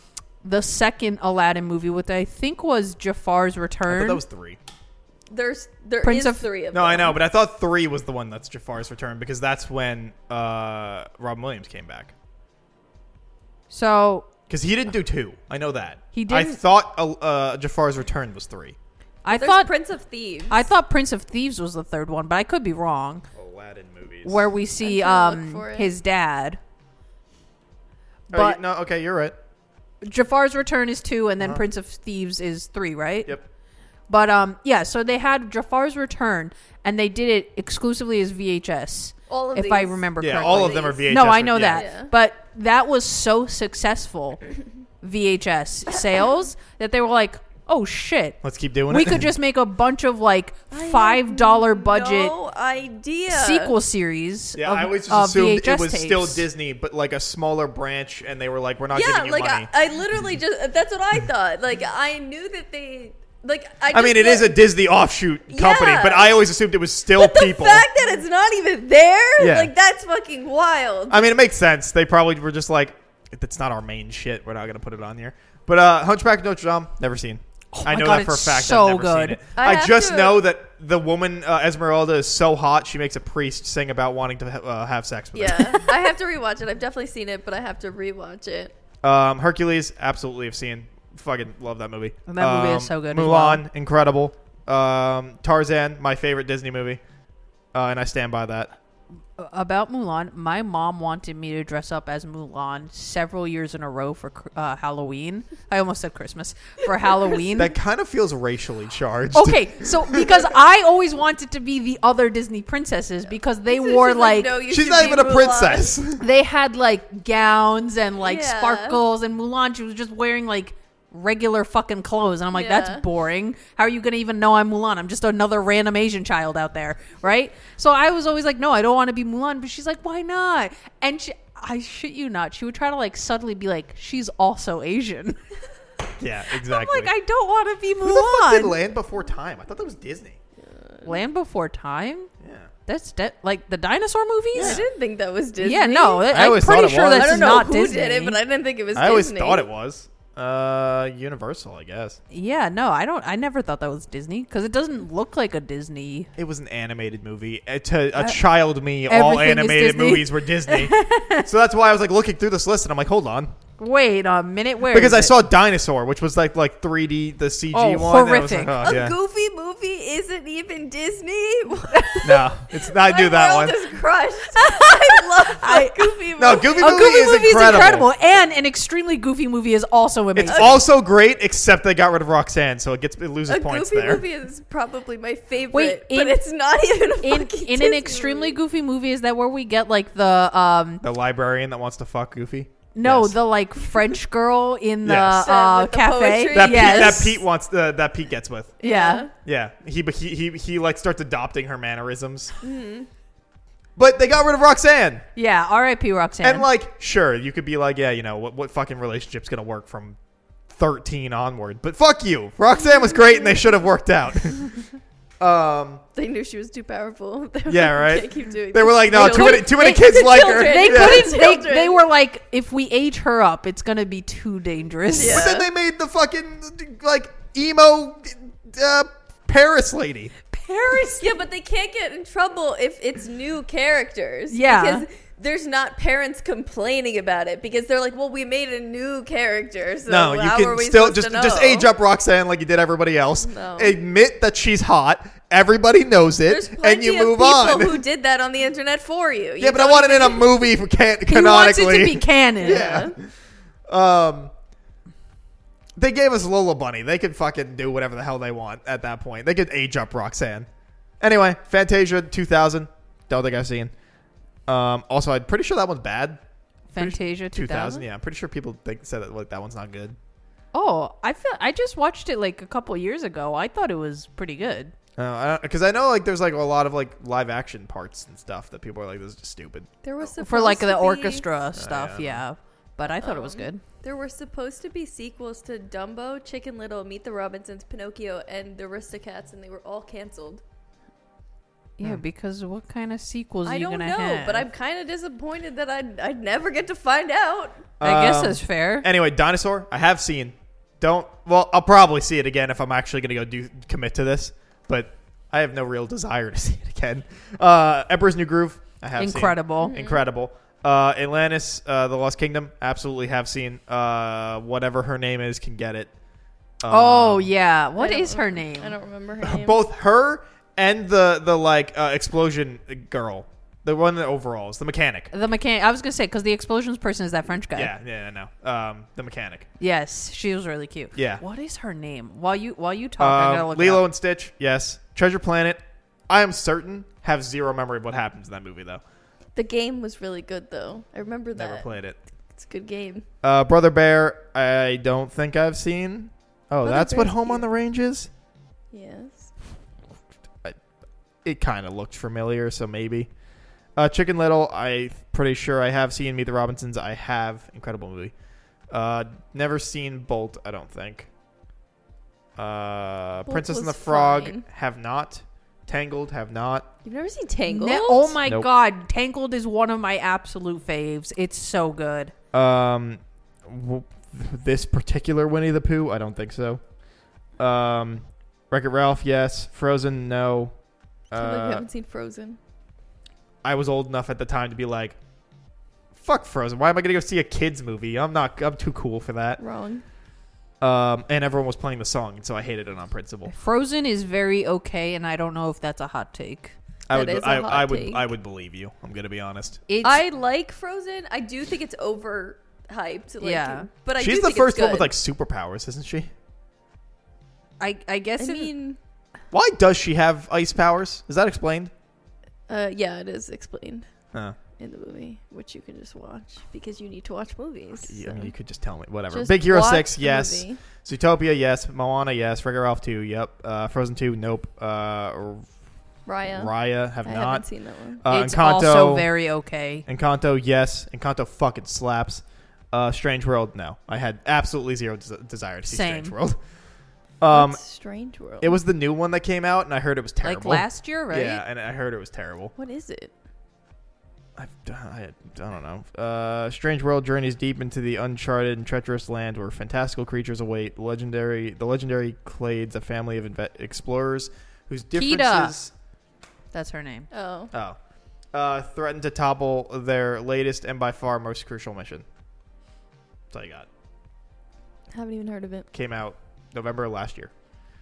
the second Aladdin movie, which I think was Jafar's
I
Return.
thought that was three.
There's there is
Prince of-
three of
No,
them.
I know, but I thought three was the one that's Jafar's return because that's when uh, Robin Williams came back
so
because he didn't do two. I know that
He
I
didn't-
thought uh, uh, Jafar's return was three.
I
There's
thought
Prince of Thieves.
I thought Prince of Thieves was the third one, but I could be wrong.
Aladdin movies.
Where we see
trying to look
um
for it.
his dad.
Oh,
but-
you- no, okay, you're right.
Jafar's Return is two, and then Prince of Thieves is three, right?
Uh-huh. Yep.
But um, yeah. So they had Jafar's Return, and they did it exclusively as VHS.
All of
if I
these.
remember
Yeah,
correctly.
all of them are VHS.
no, I know
yeah.
that,
Yeah.
but that was so
<coughs>
successful VHS sales that they were like, "Oh shit,
Let's keep doing
we
it.
could just make a bunch of like
I have
five dollar budget."
No idea.
Sequel series.
<laughs> Yeah,
of,
I always
of
just assumed
VHS
it was still
tapes.
Disney, but like a smaller branch, and they were like, "We're not
Yeah,
uh,
giving you
like
money."
I, I literally just that's what I thought. Like I knew that they like
I mean, it is a Disney offshoot company,
Yeah.
but I always assumed it was still
but <laughs> the
people.
fact that it's not even there,
Yeah.
like that's fucking wild.
I mean, it makes sense. They probably were just like, "That's not our main shit. We're not gonna put it on here." But uh, Hunchback of Notre Dame, never seen. I
Oh my
know
God,
that for a
it's
fact.
so
I've never
good.
Seen it.
I
I,
have
just
to-
know that the woman uh, Esmeralda is so hot, she makes a priest sing about wanting to ha- uh, have sex with her.
<laughs> yeah, I have to rewatch it. I've definitely seen it, but I have to rewatch it.
Um, Hercules, absolutely have seen. Fucking love that movie.
And that movie is
Um,
so good as
Mulan, incredible. Um, Tarzan, my favorite Disney movie, uh, and I stand by that.
about Mulan, my mom wanted me to dress up as Mulan several years in a row for cr- uh, Halloween. <laughs> I almost said Christmas for Halloween.
That kind of feels racially charged.
Oh,
okay, so because I always wanted to be the other Disney princesses because they
So
wore
she's
like,
no, you
She's
should
not
be
even a
Mulan.
princess. <laughs>
they had like gowns and like
Yeah.
sparkles and Mulan she was just wearing like regular fucking clothes and I'm like
Yeah.
that's boring. How are you going to even know I'm Mulan? I'm just another random Asian child out there, right? So I was always like no, I don't want to be Mulan, but she's like why not? And she I shit you not. She would try to like subtly be like she's also Asian. <laughs>
<laughs>
yeah,
I'm
exactly.
like I don't want to be
Who the fuck did
Mulan.
Land Before Time? I thought that was Disney.
Land Before Time?
Yeah.
That's de- like the dinosaur
<laughs> I
movies?
didn't think that was Disney.
Yeah, no, I-
I
I'm
always
pretty
thought it
sure
was.
that's
I don't know
not
who
Disney.
did it, but I didn't think it was.
I always
Disney.
thought it was. Uh, Universal, I guess.
Yeah, no, I don't. I never thought that was Disney because it doesn't look like a Disney.
It was an animated movie. Uh, to a child me, all
everything is
animated
Disney.
movies
<laughs>
were Disney. so that's why I was like looking through this list, and I'm like, hold on,
Wait a minute, where?
because
is
I
it?
saw Dinosaur, which was like like 3D, the CG
Oh,
one. and I was
horrific.
like, oh,
A
yeah.
goofy movie isn't even Disney.
<laughs> no, it's not. I do that one.
My world is crushed. <laughs> I love
I-
a goofy movie.
No, Goofy
a
movie,
goofy
is,
movie
incredible.
is incredible, and an extremely goofy movie is also amazing.
It's also great, except they got rid of Roxanne, so it gets it loses
a
points
goofy
there.
movie is probably my favorite,
Wait, in-
but it's not even a
in
<laughs>
fucking
in an
Disney
extremely
movie.
goofy movie is that where we get like the um
The librarian that wants to fuck Goofy.
no
Yes.
the like French girl in the
Yes.
Uh,
uh,
with the
cafe
poetry?
that
yes
Pete, that Pete wants uh, that Pete gets with.
yeah
Yeah, he but he he he like starts adopting her mannerisms.
Mm-hmm.
But they got rid of Roxanne,
yeah R.I.P. Roxanne
and like sure you could be like yeah you know what what fucking relationship's gonna work from. 13 onward but fuck you roxanne was great and they should have worked
<laughs>
out um
They knew she was too powerful. <laughs> They were
Yeah,
like,
right.
"We Can't keep doing
they
this."
were like no
They
too many
couldn't-
too many
they-
kids
the
like her
children,
they
Yeah.
couldn't they,
Children.
they were like if we age her up it's gonna be too dangerous
Yeah.
but then they made the fucking like emo uh, paris lady
Paris
<laughs> yeah, but they can't get in trouble if it's new characters.
Yeah.
because there's not parents complaining about it because they're like, well, we made a new character. So
No, you
how are
can
we
still
supposed
just
to
just
know?
age up Roxanne like you did everybody else.
No.
Admit that she's hot. Everybody knows
There's
it,
plenty
and you
of
move
people
on.
who did that on the internet for you. You
<laughs> yeah, but I
don't
want it
even-
in a movie for
<laughs>
can-
<laughs> he wants
canonically.
it to be
<laughs>
canon
yeah. Um. They gave us Lola Bunny. They could fucking do whatever the hell they want at that point. They could age up Roxanne. Anyway, Fantasia 2000. Don't think I've seen. Um, also, I'm pretty sure that one's bad.
Fantasia
2000.
2000.
Yeah, I'm pretty sure people think, said that like that one's not good.
Oh, I feel I just watched it like a couple years ago. I thought it was pretty good.
because Uh, I know like there's like a lot of like live action parts and stuff that people are like this is just stupid.
There was
For like
supposed
the
to be-
orchestra stuff,
Oh, yeah.
yeah. But I thought it was
Um,
good.
There were supposed to be sequels to Dumbo, Chicken Little, Meet the Robinsons, Pinocchio, and the Aristocats, and they were all canceled.
Hmm.
Yeah, because what kind of sequels are
I
you
don't
gonna
know,
have?
but I'm kind of disappointed that I'd, I'd never get to find out.
I guess
Um,
that's fair.
Anyway, dinosaur I have seen. Don't well I'll probably see it again if I'm actually gonna go do commit to this, but I have no real desire to <laughs> see it again. Uh, Emperor's New Groove I have seen.
Incredible.
incredible. Uh, Atlantis, uh, the Lost Kingdom, absolutely have seen. Uh, whatever her name is, can get it.
oh
Um,
yeah, what
I don't
is her
rem-
name?
I don't remember
<laughs>
her name.
both her and the the like uh, explosion girl, the one in the overalls, the mechanic.
The mechanic. I was gonna say because the explosions person is that French guy.
Yeah, yeah, no, um, the mechanic.
Yes, she was really cute.
Yeah.
What is her name? While you while you talk, Oh, I
Um,
gotta look it
Lilo
up.
and Stitch, yes. Treasure Planet, I am certain have zero memory of what happens in that movie though.
the game was really good, though. I remember that.
Never played it.
It's a good game.
Uh, Brother Bear, I don't think I've seen. Oh,
Brother
that's what
Bear's
Home on the Range is.
Yes.
It kind of looked familiar, so maybe. Uh, Chicken Little, I pretty sure I have seen. Meet the Robinsons, I have. Incredible movie. Uh, never seen Bolt, I don't think. Uh, Princess and the
was
Frog
fine.
have not. Tangled have not.
You've never seen Tangled?
Ne- oh my
Nope.
god, Tangled is one of my absolute faves. It's so good.
Um, w- this particular Winnie the Pooh, I don't think so. Um, Wreck It Ralph, yes. Frozen, no.
I feel like
Uh,
we haven't seen Frozen.
I was old enough at the time to be like, "Fuck Frozen! Why am I gonna go see a kids movie? I'm not. I'm too cool for that."
Wrong.
Um, and everyone was playing the song, and so I hated it on principle.
Frozen is very okay, and I don't know if that's a hot take.
I
That
would.
is a
I,
hot
I would.
take.
I would believe you. I'm gonna be honest.
It's
I like Frozen. I do think it's overhyped. Like,
Yeah.
but I do
She's the
think it's
first one
good.
with like superpowers, isn't she?
I, I guess
I
it-
mean,
Why does she have ice powers? Is that explained? Uh,
uh, yeah, it is explained
Huh.
in the movie, which you can just watch because you need to watch movies.
Yeah, I
so.
mean, you could just tell me. Whatever.
Just
Big Hero
watch
Six,
the
yes.
movie.
Zootopia, yes. Moana, yes. Wreck It Ralph Two, yep. Uh, Frozen Two, nope. Uh,
Raya.
Raya have
I haven't
not.
seen that one.
Uh,
it's
Encanto,
also very okay.
Encanto, yes. Encanto fucking slaps. Uh, Strange World, no. I had absolutely zero des- desire to see
Same.
Strange World. Um,
What's Strange World.
it was the new one that came out, and I heard it was terrible.
Like last year, right?
Yeah, and I heard it was terrible.
What is it?
I, I, I don't know. Uh, Strange World journeys deep into the uncharted and treacherous land where fantastical creatures await. Legendary, the legendary Clades, a family of inve- explorers whose
Peta.
differences.
That's her name.
Oh,
Oh. Uh, threaten to topple their latest and by far most crucial mission. That's all you got.
haven't even heard of it.
Came out November last year.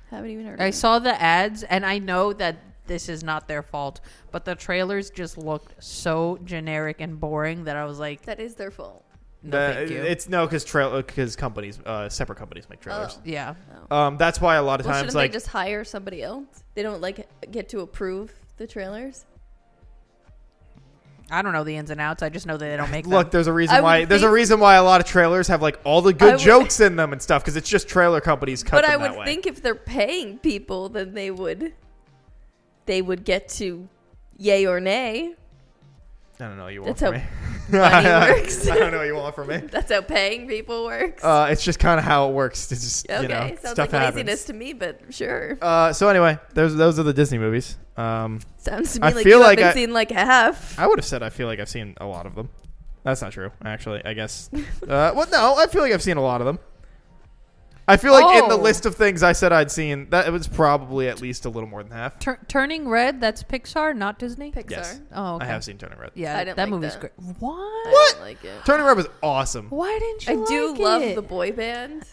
Haven't even heard. of
I
it.
saw the ads, and I know that this is not their fault, but the trailers just looked so generic and boring that I was like,
That is their fault.
no,
Uh,
thank you.
It's no, because trail because companies, uh, separate companies make trailers.
Oh.
yeah.
Um, that's why a lot of
Well, shouldn't
times, like,
they just hire somebody else? They don't like get to approve the trailers.
I don't know the ins and outs. I just know that they don't
<laughs>
make
look,
them.
there's a reason
I would
why there's a
think-
reason why a lot of trailers have like all the
I
good
would-
jokes in them and stuff because it's just trailer companies cut
but
them
I
that
would
way.
think if they're paying people, then they would they would get to yay or nay.
I don't know what you want
That's how
from me.
<laughs> money
<laughs>
works.
I don't know what you want from me.
That's how paying people works.
Uh, it's just kind of how it works. It's just
okay,
you know
sounds
stuff
like
happens.
laziness to me, but sure.
Uh, so anyway, those those are the Disney movies. Um,
Sounds to me
I
like
feel
you
like
haven't
I-
seen like half.
I would have said I feel like I've seen a lot of them. That's not true, actually. I
<laughs>
guess. Uh, well, no, I feel like I've seen a lot of them. I feel like in the
Oh.
list of things I said I'd seen, that it was probably at least a little more than half.
Tur- Turning Red, that's Pixar, not Disney?
Pixar.
Yes.
oh, okay.
I have seen Turning Red.
Yeah,
I didn't
that
like
movie's
that.
great. What?
What? I don't like it.
Turning Red was awesome.
Why didn't
I
you?
do
like
love
it?
the boy band.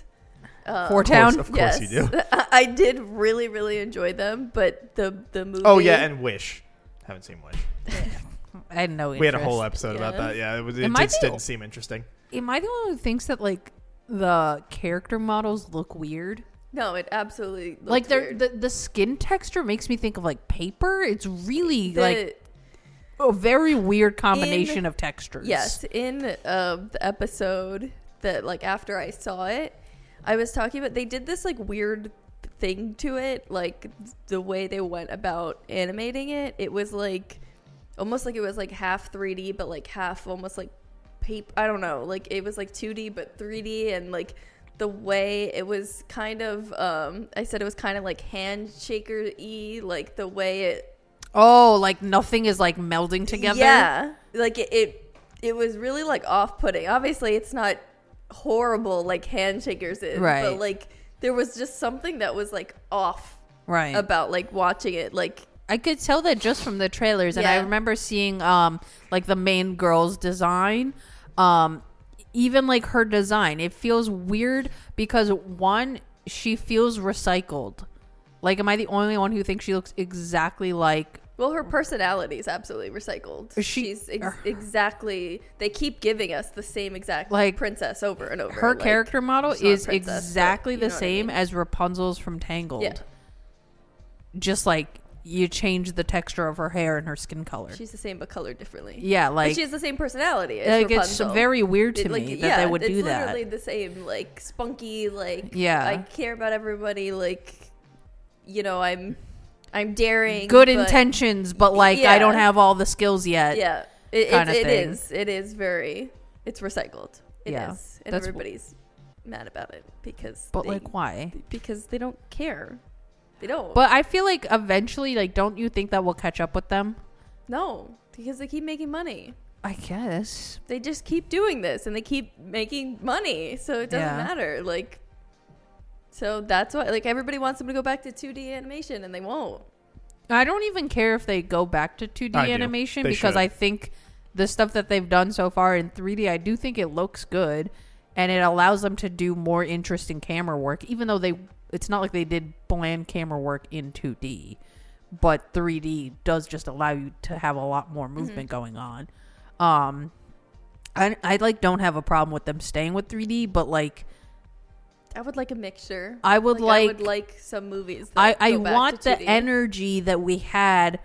Um,
Four
Of course,
Town.
of course you do.
<laughs> I I did really, really enjoy them, but the the movie.
Oh yeah, and Wish. Haven't seen Wish.
I had no. Interest.
We had a whole episode about
Yeah.
that. Yeah, it, was,
It
it
might
just
be-
didn't seem interesting.
Am I the one who thinks that like the character models look weird?
no, it absolutely looked
like they're
weird.
the the skin texture makes me think of like paper. It's really
The-
like a very weird combination of textures.
yes in um, the episode that like after I saw it, I was talking about they did this like weird thing to it, like the way they went about animating it. It was like almost like it was like half 3D, but like half almost like paper. I don't know, like it was like 2D but 3D, and like the way it was kind of um I said it was kind of like handshaker y, like the way it
Oh, like nothing is like melding together.
yeah, like it, it, it was really like off-putting. Obviously, it's not horrible like Handshakers is,
Right.
But like there was just something that was like off
Right.
about like watching it. Like
I could tell that just from the trailers, and I
Yeah.
remember seeing um like the main girl's design, um even like her design. It feels weird because one, she feels recycled. Like, am I the only one who thinks she looks exactly like?
well, her personality is absolutely recycled.
She-
She's ex- exactly. They keep giving us the same exact
Like,
like princess over and over.
Her
like-
character model
she's not a
is
princess, but
exactly
you
the
know what I
same
mean.
as Rapunzel's from Tangled.
Yeah,
Just like you change the texture of her hair and her skin color.
she's the same but colored differently.
yeah,
But
like
she has the same personality. As
like it's
Rapunzel.
very weird to
It, like,
me that they would
it's
do that.
literally the same, like spunky, like
Yeah.
I care about everybody, like you know, I'm, I'm daring,
good
but-
intentions, but like I don't
Yeah.
have all the skills yet.
Yeah, it,
kinda
it's, it
thing.
is. It is very. It's recycled. It is,
Yeah.
and
That's w-
everybody's mad about it because
But
they-
like why?
because they don't care. They don't.
But I feel like eventually, like, don't you think that will catch up with them?
no, because they keep making money.
I guess.
They just keep doing this and they keep making money, so it doesn't
Yeah.
matter. Like so that's why like everybody wants them to go back to 2D animation and they won't.
I don't even care if they go back to 2D
I do.
animation
They
because
should.
I think the stuff that they've done so far in 3D, I do think it looks good and it allows them to do more interesting camera work, even though they, it's not like they did bland camera work in 2D. But 3D does just allow you to have a lot more movement going on. Um, I, I like don't have a problem with them staying with 3D, but like
I would like a mixture.
I would
I
like,
would like some movies.
I,
that
I
go back
want
to
the
2D.
energy that we had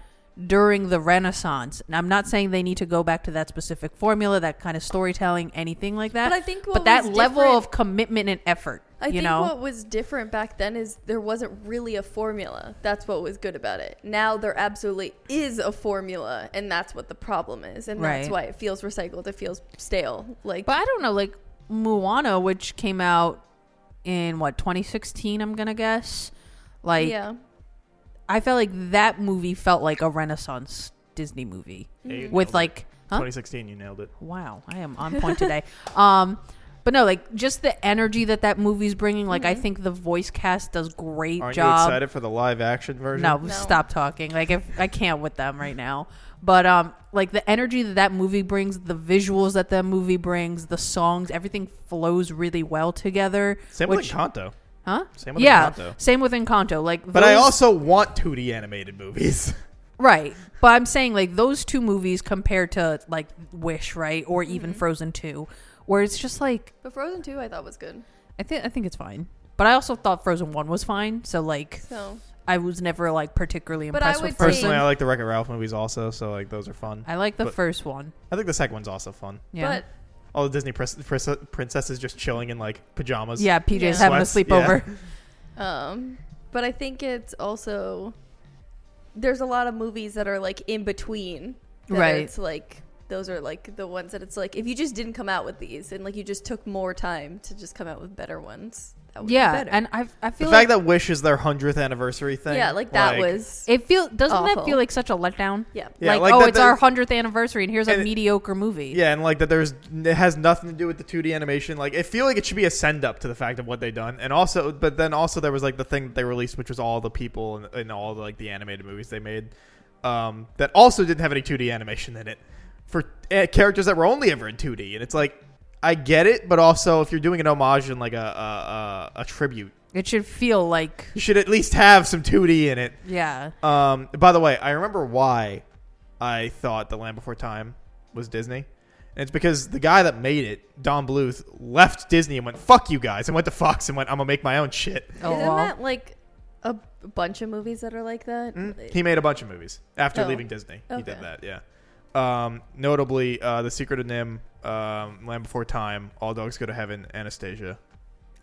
during the Renaissance. And I'm not saying they need to go back to that specific formula, that kind of storytelling, anything like that.
But I think what
but that
was
level
different-
of commitment and effort,
I
you
think
know,
what was different back then is there wasn't really a formula. That's what was good about it. Now there absolutely is a formula, and that's what the problem is, and that's
Right.
why it feels recycled. It feels stale. Like
But I don't know, like Moana, which came out in what 2016, I'm gonna guess. Like,
yeah,
I felt like that movie felt like a Renaissance Disney movie Mm. with like, huh?
2016, you nailed it.
Wow, I am on point today. um, but no, like just the energy that that movie's bringing. Like I think the voice cast does great
Aren't you
job.
excited for the live action version?
No,
No.
stop talking. Like if I can't with them right now. But um, like the energy that that movie brings, the visuals that that movie brings, the songs, everything flows really well together.
Same
which,
with Encanto.
huh?
same with
yeah,
Encanto.
same with Encanto. Like,
But I
those-
also want 2D animated movies.
Right. But I'm saying like those two movies compared to like Wish, right? Or even Frozen 2, where it's just like
but Frozen Two I thought was good.
I think I think it's fine. But I also thought Frozen One was fine, so like
So
I was never like particularly
But I
impressed with
would say-
Frozen.
<laughs> Personally, I like the Wreck-It Ralph movies also, so like those are fun.
I like the
but-
first one.
I think the second one's also fun.
Yeah,
All the Disney pris- pris- princesses just chilling in like pajamas.
yeah. PJ's
Yeah.
having a
Sweats, yeah.
<laughs>
sleepover.
but um, but I think it's also there's a lot of movies that are like in between. that
Right.
It's like those are like the ones that it's like if you just didn't come out with these and like you just took more time to just come out with better ones. That would be
Yeah,
better.
and I I
The
feel like
fact that Wish is their hundredth anniversary thing.
yeah, like that was
it feel doesn't that
awful.
feel like such a letdown?
yeah.
Yeah,
like,
like
oh,
that-
it's
that-
our hundredth anniversary, and here's a
And-
mediocre movie.
Yeah, and like that there's it has nothing to do with the 2D animation. Like it feel like it should be a send up to the fact of what they done. And also but then also there was like the thing that they released which was all the people and, and all the, like the animated movies they made um that also didn't have any 2D animation in it for uh, characters that were only ever in 2D. And it's like I get it, but also if you're doing an homage and like a a, a, a tribute,
It should feel like
you should at least have some 2D in it.
yeah.
Um, by the way, I remember why I thought The Land Before Time was Disney. And it's because the guy that made it, Don Bluth, left Disney and went, fuck you guys, and went to Fox and went, I'm going to make my own shit.
Oh
Isn't
well.
that like a b- bunch of movies that are like that?
He made a bunch of movies after
Mm-hmm. Oh.
leaving Disney. He
Okay.
did that, yeah. Um, notably, uh, The Secret of Nim, um, Land Before Time, All Dogs Go to Heaven, Anastasia,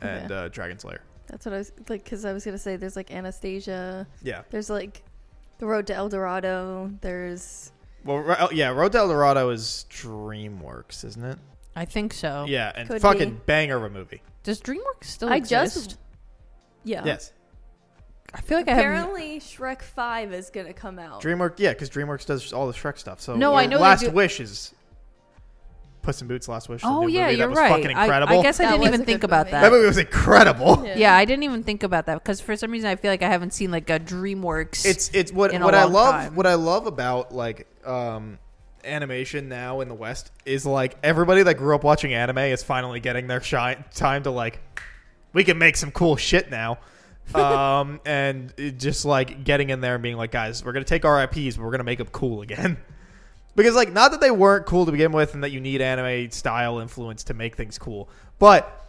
and uh, Dragon Slayer.
That's what I was like because I was gonna say there's like Anastasia,
Yeah.
there's like The Road to El Dorado, there's
Well, Ro- oh, yeah, Road to El Dorado is DreamWorks, isn't it?
I think so.
Yeah, and
Oh, Could
fucking
be.
banger of a movie.
Does DreamWorks still
I
exist?
just- yeah.
Yes.
I feel like I have
Apparently, Shrek Five is gonna come out.
DreamWorks, yeah, because DreamWorks does all the Shrek stuff. So
No, I know they
Last
do-
Wish is Puss in Boots. Last Wish. is a
Oh
new
yeah,
movie
you're
that was
right.
Fucking
I-
incredible.
I, guess I
That
didn't
was
even
a
think
good
about
movie.
that
that.
movie was incredible.
Yeah, I didn't even think about that because for some reason I feel like I haven't seen like a DreamWorks.
It's it's what
In a
what I
long
love
time.
what I love about like um animation now in the West is like everybody that grew up watching anime is finally getting their shine time to like we can make some cool shit
<laughs>
now. um and it just like getting in there and being like guys we're gonna take our ips but we're gonna make them cool again because like not that they weren't cool to begin with and that you need anime style influence to make things cool but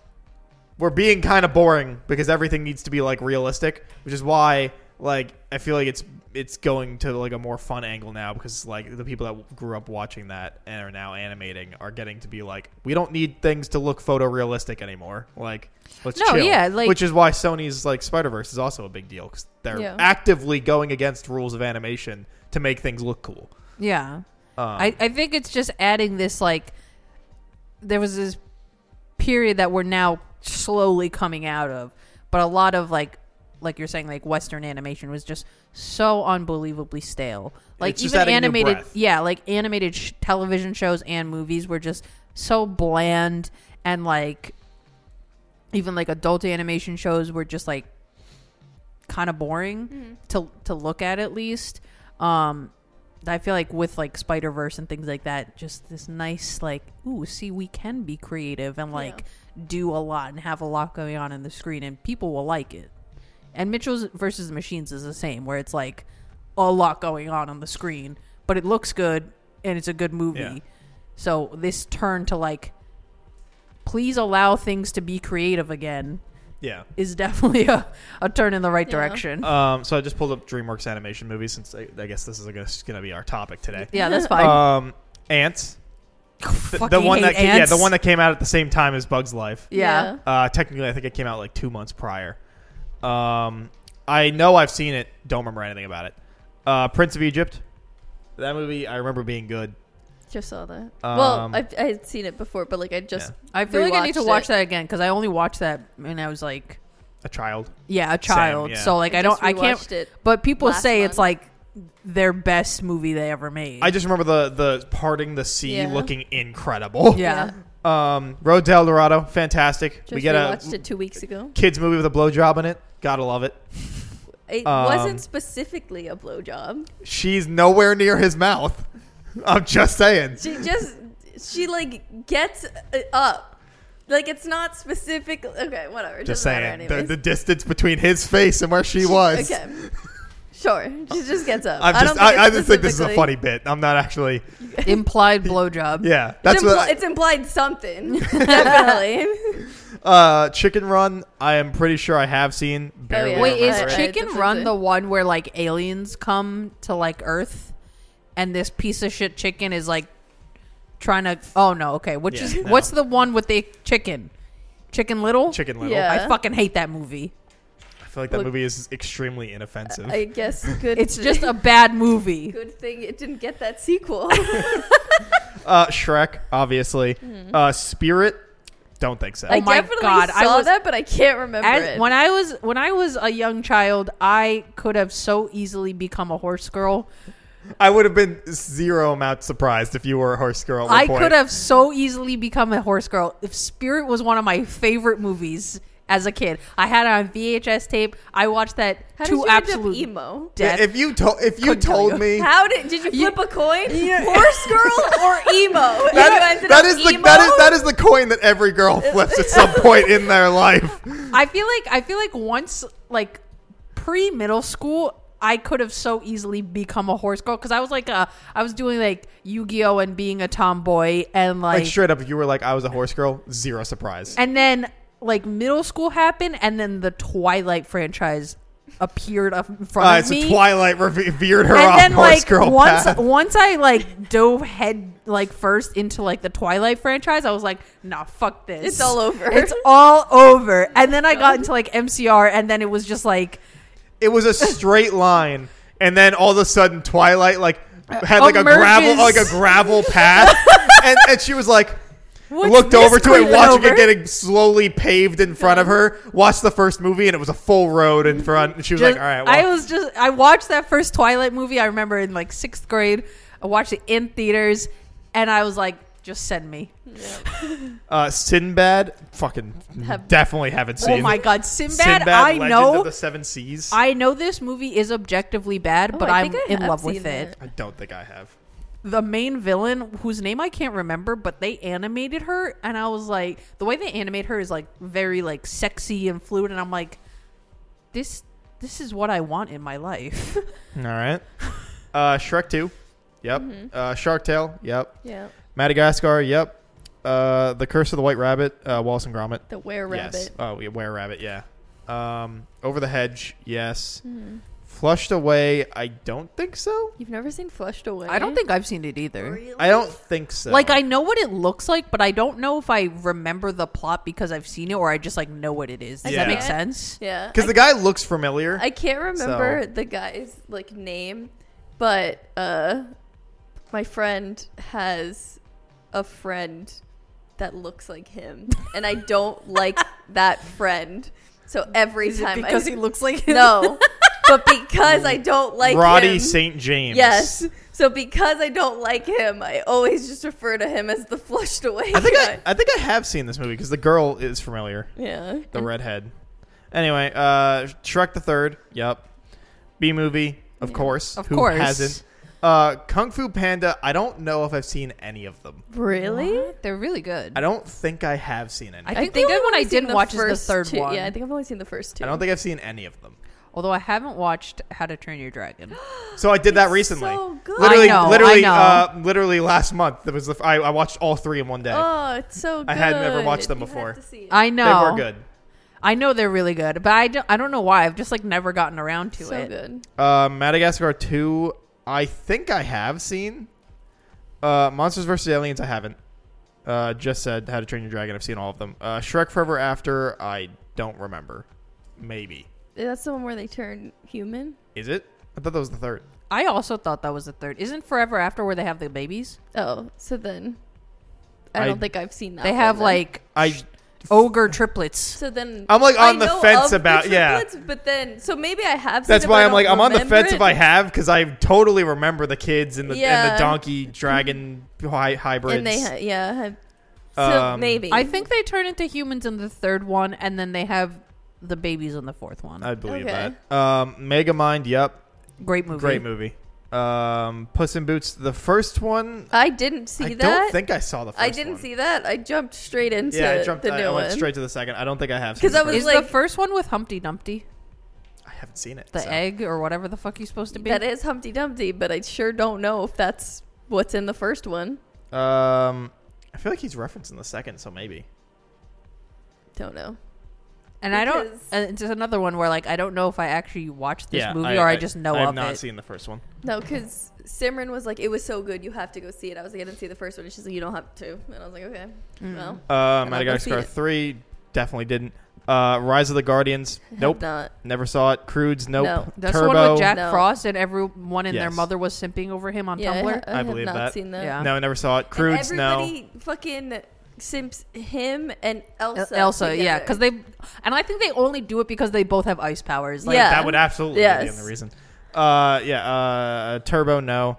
we're being kind of boring because everything needs to be like realistic which is why like i feel like it's it's going to like a more fun angle now because like the people that grew up watching that and are now animating are getting to be like we don't need things to look photorealistic anymore like let's
No,
chill
yeah, like-
which is why sony's like spider-verse is also a big deal because they're
Yeah.
actively going against rules of animation to make things look cool
yeah,
um,
I I think it's just adding this like there was this period that we're now slowly coming out of. But a lot of like like you're saying like western animation was just so unbelievably stale. Like
It's just
even
adding new
animated
breath.
yeah, like animated sh- television shows and movies were just so bland and like even like adult animation shows were just like kind of boring to to look at at least. Um I feel like with like Spider Verse and things like that, just this nice like, ooh, see, we can be creative and like do a lot and have a lot going on in the screen, and people will like it. And Mitchell's versus the Machines is the same, where it's like a lot going on on the screen, but it looks good and it's a good movie.
Yeah.
So this turn to like, please allow things to be creative again
Yeah.
is <laughs> definitely a, a turn in the right
Yeah.
direction.
Um, so I just pulled up DreamWorks animation movies since I, I guess this is going to be our topic today.
yeah,
<laughs>
that's fine.
Um, Ants. The, the
Fucking
one that
hate
yeah,
ants.
the one that came out at the same time as Bugs Life.
yeah.
Yeah.
Uh, technically, I think it came out like two months prior. Um, I know I've seen it. Don't remember anything about it. Uh, Prince of Egypt. That movie I remember being good.
Just saw that.
Um,
well, I I had seen it before, but like I just
I feel like I need to
Rewatched
watch
it.
that again because I only watched that when I was like,
A child.
yeah, a child.
yeah.
So like I, don't,
just
I can't.
rewatched it
But people
last
say
month.
it's like their best movie they ever made.
I just remember the the parting the sea
Yeah.
looking incredible.
yeah.
yeah.
Um, Road to El Dorado, fantastic.
Just
we get
watched
a
it two weeks ago.
kids movie with a blowjob in it. Gotta love it.
It
Um,
wasn't specifically a blowjob.
She's nowhere near his mouth. I'm just saying.
She just she like gets it up. Like it's not specific. Okay, whatever. It
Just
doesn't
saying.
Matter
The,
anyways.
the distance between his face and where she was.
Okay. Sure. She just gets up.
I'm
I don't
just,
think
I, I,
it's
just think this is a funny
specifically-
bit. I'm not actually.
<laughs> Implied blowjob.
Yeah, that's
it's, impl-
what. I-
it's implied <laughs> something. Definitely.
uh, Chicken Run. I am pretty sure I have seen. Barely
Oh, yeah.
Wait, is
Right,
remember it.
Chick-
Chicken
that's
Run
it.
the one where like aliens come to like Earth, and this piece of shit chicken is like trying to? Oh no, okay. Which
Yeah,
is
no.
what's the one with the chicken? Chicken Little.
Chicken Little?
Yeah.
I fucking hate that movie.
I feel like that
Look-
movie is extremely inoffensive.
I guess good.
It's <laughs>
thing-
just a bad movie.
good thing it didn't get
<laughs>
that sequel. <laughs>
Oh
uh, Shrek, obviously.
Mm-hmm.
Uh, Spirit. Don't think so.
I
my
definitely
God,
saw
I was-
that, but I can't remember
As-
it.
when I was when I was a young child, I could have so easily become a horse girl.
I would have been zero amount surprised if you were a horse girl. At one
I
point.
could have so easily become a horse girl if Spirit was one of my favorite movies as a kid. I had it on VHS tape. I watched that
How did
to
you
absolute
end up emo?
Yeah,
death.
If you told, if you
Couldn't tell
told
you.
me,
<laughs> How did did you
You-
flip a
<laughs>
coin? Horse girl or emo? And you
that,
ended
that
up
is the
emo?
that is that is the coin that every girl
<laughs>
flips at some point in their life.
I feel like I feel like once like pre middle school, I could have so easily become a horse girl because I was like a I was doing like Yu Gi Oh and being a tomboy and
Like straight up, if you were like, I was a horse girl, zero surprise.
And then like middle school happened, and then the Twilight franchise appeared up in front
Uh,
of
so
me.
Twilight reve- veered her
and
off
then
<laughs> horse
like
girl
once
path.
once I like dove head like first into like the Twilight franchise, I was like, nah, fuck this.
It's all over.
It's all over. And then I got into like MCR, and then it was just like
<laughs> It was a straight line, and then all of a sudden, Twilight like had like a
emerges.
gravel like a gravel
<laughs>
path, and, and she was like.
What's
looked
this
over to it,
creeping
watching
over?
it getting slowly paved in front of her. Watched the first movie, and it was a full road in front. And she was
just-
like, "All right,
I
well,
was just I watched that first Twilight movie. I remember in like sixth grade. I watched it in theaters, and I was like, just send me.
uh, Sinbad, fucking
Have-
definitely haven't seen.
Oh my god, Sinbad!
Sinbad,
I
Legend
know
of the Seven Seas. I,
I know this movie is objectively bad,
Oh,
but
I
I'm
think I
in
have
love with
seen
it.
that.
don't think I have.
The main villain, whose name I can't remember, but they animated her, and I was like, the way they animate her is like very like sexy and fluid, and I'm like, this this is what I want in my life. <laughs>
All right, <laughs> uh, Shrek Two, yep. Uh, Shark Tale, yep.
Yeah,
Madagascar, yep. Uh, the Curse of the White Rabbit, uh, Wallace and Gromit,
the were
Yes.
rabbit.
Oh, yeah, Were Rabbit, yeah. Um, Over the Hedge, yes. Flushed Away, I don't think so.
You've never seen Flushed Away?
I don't think I've seen it either.
I don't think so.
Like I know what it looks like, but I don't know if I remember the plot because I've seen it, or I just like know what it is. Does that
Yeah.
make sense?
Yeah,
because the guy looks familiar.
I can't remember the guy's like name, but uh, my friend has a friend that looks like him, and
<laughs>
I don't like that friend. So every
Is it
time
because
I
he looks like him? <laughs>
no, but because I don't like
Roddy
him,
St. James.
Yes. So because I don't like him, I always just refer to him as the flushed away
I think I,
<laughs> guy.
I think I have seen this movie because the girl is familiar,
yeah.
the redhead. Anyway, uh, Shrek the Third. Yep. B movie, of course.
Of
Who
course.
hasn't? Uh, Kung Fu Panda. I don't know if I've seen any of them.
Really?
What? They're really good.
I don't think I have seen any.
I
I,
think, the only one I
I've only seen
didn't watch is the
first
third
two.
one.
Yeah, I think I've only seen the first two.
don't think I've seen any of them.
Although I haven't watched How to Train Your
<gasps>
Dragon.
So I did that recently.
so good.
Literally,
I know, I
literally,
know.
Uh, literally last month. That was the f- I, I watched all three in one day.
Oh, it's so good.
I had never watched them
You have
before.
to see it.
I know
They were good.
I know they're really good, but I don't. I don't know why. I've just like never gotten around to
so
it.
good.
Uh, Madagascar 2, I think I have seen. Uh, Monsters vs. Aliens, I haven't. Uh, just said How to Train Your Dragon, I've seen all of them. Uh, Shrek Forever After, I don't remember. Maybe.
That's the one where they turn human.
Is it? I thought that was the third.
I also thought that was the third. Isn't Forever After where they have the babies?
Oh, so then I,
I-
don't think I've seen that.
they
one
have
then.
like
I
ogre triplets.
So then
I'm, like,
I
on the
know
fence
of the
about- yeah.
triplets, But then so maybe I have. Seen
that's
it,
why
but I
I'm like
don't
I'm on the
remember
fence
it.
if I have because I totally remember the kids and the and
Yeah. Mm-hmm.
the donkey dragon hy- hybrids.
And they ha- yeah. Have, so
Um,
maybe
I think they turn into humans in the third one, and then they have the babies in the fourth one.
I believe
Okay.
that. Um, Megamind, yep,
great movie.
great movie. Um, Puss in Boots, the first one.
I didn't see
I
that.
don't think I saw the first.
I didn't
one.
see that. I jumped straight into
Yeah, I jumped.
the
I,
new
I went
one.
straight to the second. I don't think I have.
'Cause
seen
I
the
was
Is
first.
like-
the first one with Humpty Dumpty
I haven't seen it.
the
so.
egg or whatever the fuck he's supposed to be?
That is Humpty Dumpty, but I sure don't know if that's what's in the first one.
Um, I feel like he's referencing the second, so maybe.
Don't know.
and I don't.
because-
And it's just another one where like I don't know if I actually watched this
yeah,
movie or I, just know
I have
of
not
it.
seen the first one.
No, because Simran was like, "It was so good, you have to go see it." I was like, "I didn't see the first one." And she's like, "You don't have to." And I was like, "Okay,
Mm.
well,
Uh,
go see
Madagascar
it.
three definitely didn't. Uh, Rise of the Guardians, nope,
not."
never saw it. Crudes, nope.
No.
That's
Turbo,
the one with Jack
No.
Frost and everyone and their
Yes.
mother was simping over him on
Yeah, I,
Tumblr.
ha- I
I
have
believe
not
that.
seen that.
Yeah.
no, never saw it.
And
Crudes, no.
everybody fucking simps him and
El-
Elsa.
Elsa, yeah,
together.
because they and I think they only do it because they both have ice powers. Like,
Yeah.
That would absolutely be the
Yes.
only reason. Uh, yeah, uh, Turbo, no.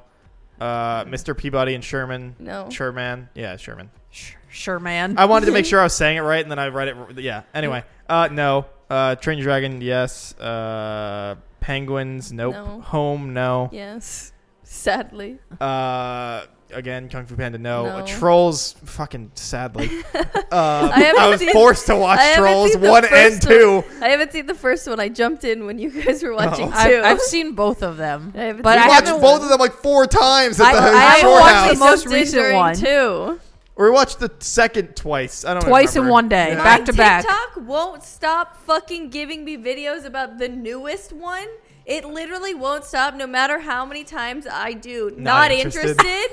Uh, Mr. Peabody and Sherman,
No.
Sherman, yeah, Sherman.
Sh- sure, man.
I wanted to make sure I was saying it right, and then I read it. Yeah. Anyway, uh, no. Uh, Train Your Dragon, yes. Uh, Penguins, nope.
No.
Home, no.
yes, sadly,
Uh, again, Kung Fu Panda, no. Uh,
No.
Trolls, fucking
<laughs>
sadly. uh, <laughs> I,
haven't
was
seen-
forced to watch
I haven't
Trolls
seen the
one and
first
two.
I haven't seen the first one. I jumped in when you guys were watching
Oh.
too.
I've, I've seen both of them,
I haven't
but
seen
I
I watched
haven't.
both of them like four times at
I-
the
I haven't
shore
watched
house.
the most recent one.
too.
We watched the second twice. I don't
Twice in
remember.
one day.
Yeah.
Back- to back.
TikTok won't stop fucking giving me videos about the newest one. It literally won't stop, no matter how many times I do. Not,
interested.
interested.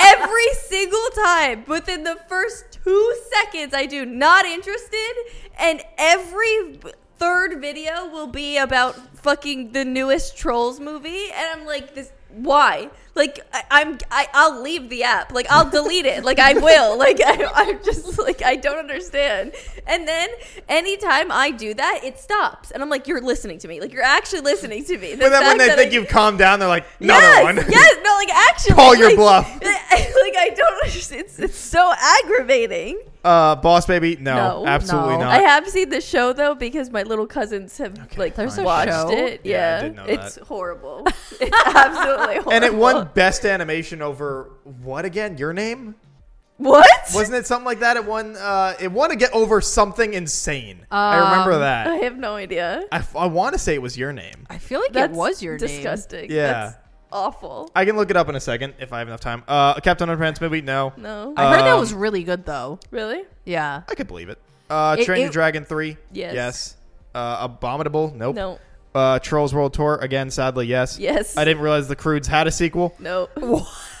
Every single time, within the first two seconds, I do not interested, and every b- third video will be about fucking the newest Trolls movie, and I'm like, this why? Like I, I'm, I, I'll leave the app. Like I'll delete it. Like I will. <laughs> Like I, I'm just like I don't understand. And then anytime I do that, it stops, and I'm like, you're listening to me. Like you're actually listening to me. <laughs> The
But then when
fact
they
that
think
I-
you've calmed down, they're like, another
yes,
one.
Yes, no, like actually.
Call your
like-
bluff.
<laughs> Like I don't understand. It's, it's so aggravating.
<laughs> Uh, Boss Baby, no,
No,
absolutely
no.
not.
I have seen the show though because my little cousins have like
There's
a
watched
show?
it.
Yeah, I
Yeah,
did know
it's
that. <laughs>
horrible. It's absolutely horrible.
and it won best animation over what again? Your name?
what?
Wasn't it something like that? It won. Uh, it won to get over something insane. I remember
Um,
I
that.
have no idea.
I, want to say it was your name.
I feel like
That
it was your
disgusting.
Yeah.
That's awful.
I can look it up in a second if I have enough time. Uh, Captain Underpants movie? No,
No,
name. I heard that
Um,
was really good though.
really?
Yeah,
I could believe it. Uh,
It-
Train Your
it-
Dragon three?
Yes.
Yes. Uh, Abominable? Nope.
No.
Uh, Trolls World Tour again? Sadly, yes.
Yes.
I didn't realize the Crudes had a sequel.
No.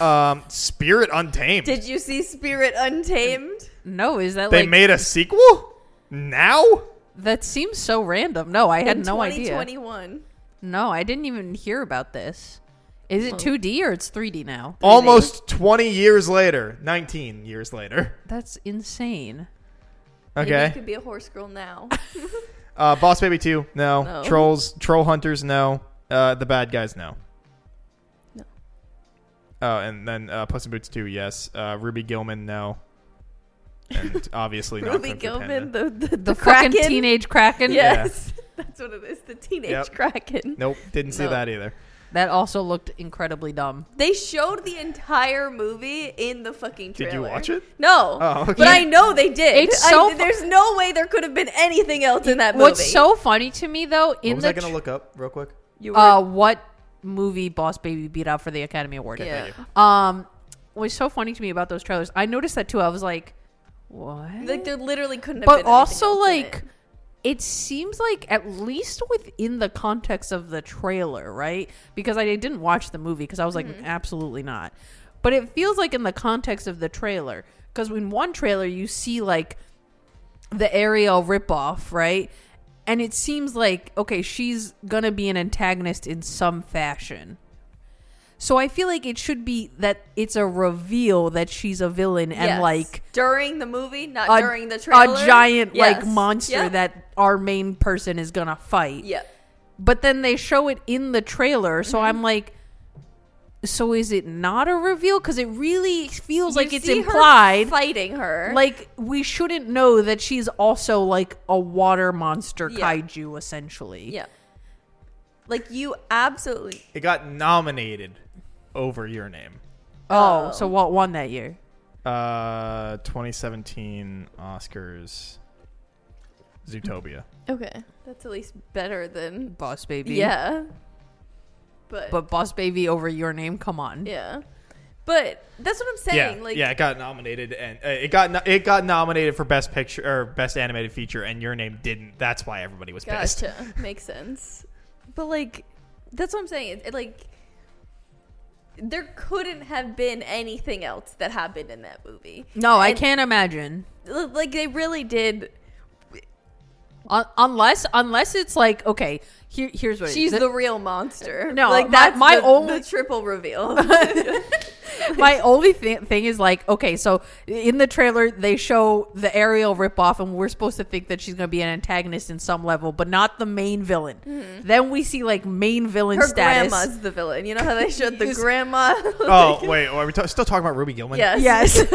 Um, Spirit Untamed.
<laughs> Did you see Spirit Untamed?
no, is that
they
like
made a sequel now?
that seems so random? No, I had
In
no idea.
2021.
No, I didn't even hear about this. Is it 2D or it's 3D now?
Almost 20 years later, 19 years later.
That's insane.
<laughs> Maybe you
Okay.
could be a horse girl now.
Uh, Boss Baby 2, no.
No.
Trolls, Troll Hunters, no. Uh, the Bad Guys, no.
No.
Oh, and then uh, Puss in Boots 2, yes. Uh, Ruby Gilman, no.
<laughs>
And obviously not.
Ruby
Kung Fu
Gilman,
Panda.
the the, the,
The
Kraken.
fucking teenage Kraken.
Yeah.
Yes, <laughs> that's what it is. The teenage
Yep.
Kraken.
Nope, didn't see
No.
that either.
That also looked incredibly dumb.
They showed the entire movie in the fucking
Did
trailer.
you watch it?
No.
Oh, okay.
But I know they did.
It's
I-
so fu-
there's no way there could have been anything else in that movie.
What's so funny to me though in
what was
the
I going to
tr-
look up real quick?
You were-
uh, what movie Boss Baby beat out for the Academy Award?
Yeah.
Thank you.
Um, was so funny to me about those trailers. I noticed that too. I was like, what?
like there literally couldn't have been
but
anything
also
else in it.
like it. seems like at least within the context of the trailer right because i didn't watch the movie because i was like
Mm-hmm.
absolutely not but it feels like in the context of the trailer because in one trailer you see like the Ariel ripoff, right? And it seems like okay, she's gonna be an antagonist in some fashion. So I feel like it should be that it's a reveal that she's a villain and
Yes.
like
during the movie, not
a,
during the
a
trailer.
giant like
Yes.
monster
Yep.
that our main person is gonna fight.
Yep.
But then they show it in the trailer,
Mm-hmm.
so I'm like, so is it not a reveal? Because it really feels like
You
it's
see her
implied.
fighting her.
Like we shouldn't know that she's also like a water monster
Yeah.
kaiju, essentially.
yeah. Like you absolutely
It got nominated over your name.
Oh,
Oh.
so what won that year?
Uh, 2017 Oscars, Zootopia.
Okay. That's at least better than
Boss Baby.
Yeah. But,
But Boss Baby over your name, come on.
yeah. But that's what I'm saying.
yeah,
like
yeah, it got nominated, and uh, it got no- it got nominated for best picture or best animated feature, and your name didn't. That's why everybody was
<laughs>
pissed.
Gotcha. Makes sense. But like, that's what I'm saying. It, it, like, there couldn't have been anything else that happened in that movie.
No, I
And,
can't imagine.
l- Like they really did.
Un- unless unless it's like, okay, here here's what it
She's
is.
the real monster.
No,
like
my- my
the,
only-
the
<laughs>
triple reveal.
My only th- thing is like, okay, so in the trailer they show the Ariel ripoff, and we're supposed to think that she's gonna be an antagonist in some level, but not the main villain. Then we see like main villain
Mm-hmm. Her
status.
grandma's the villain. You know how they showed the
Yes. <laughs>
grandma. <laughs>
Oh wait, are we ta- still talking about Ruby Gilman?
yes.
Yes.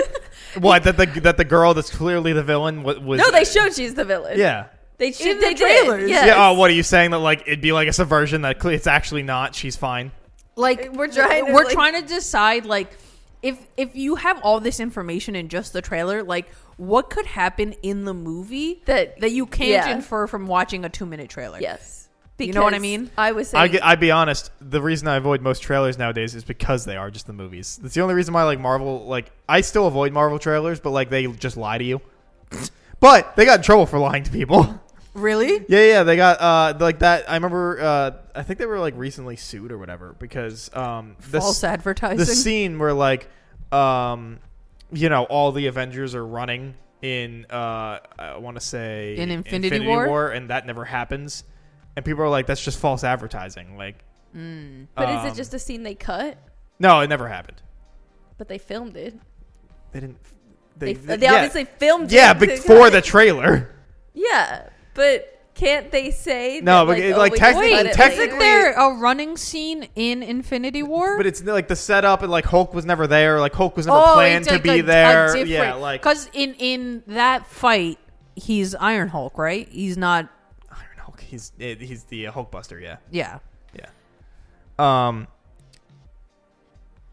<laughs> What that the that the girl that's clearly the villain was? was
<laughs> No, they showed she's the villain.
yeah.
They she,
In the
they
trailers.
Did. Yes.
Yeah. Oh, what are you saying that like it'd be like a subversion that cle- it's actually not? She's fine.
like
We're trying to,
we're
like-
trying to decide like if if you have all this information in just the trailer like what could happen in the movie
That-
that you can't
yeah.
infer from watching a two minute trailer
Yes.
You know what I
Because
mean?
I was saying
I get, I'd be honest. The reason I avoid most trailers nowadays is because they are just the movies. That's the only reason why like Marvel. Like I still avoid Marvel trailers, but like they just lie to you. <laughs> but they got in trouble for lying to people.
really
yeah, yeah, they got uh like that. I remember. Uh, I think they were like recently sued or whatever because um the s-
false advertising
the scene where like um you know all the Avengers are running in uh I want to say
In Infinity War?
and that never happens and people are like that's just false advertising like
Hmm, But is
um,
it just a scene they cut?
no it never happened
But they filmed it.
they didn't
They, they,
yeah.
obviously filmed
yeah
<laughs> it. to
before
cut
the
it.
trailer
yeah, but can't they say
No,
that, oh,
but it- like,
we
technically-
cut
wait
it
technically-
isn't
later?
there a running scene in infinity war
but it's like the setup and like Hulk was never there like Hulk was never
Oh,
planned to be there yeah like
because in in that fight he's iron hulk right he's not
Iron Hulk he's he's the uh, Hulkbuster yeah
yeah
Yeah. Um.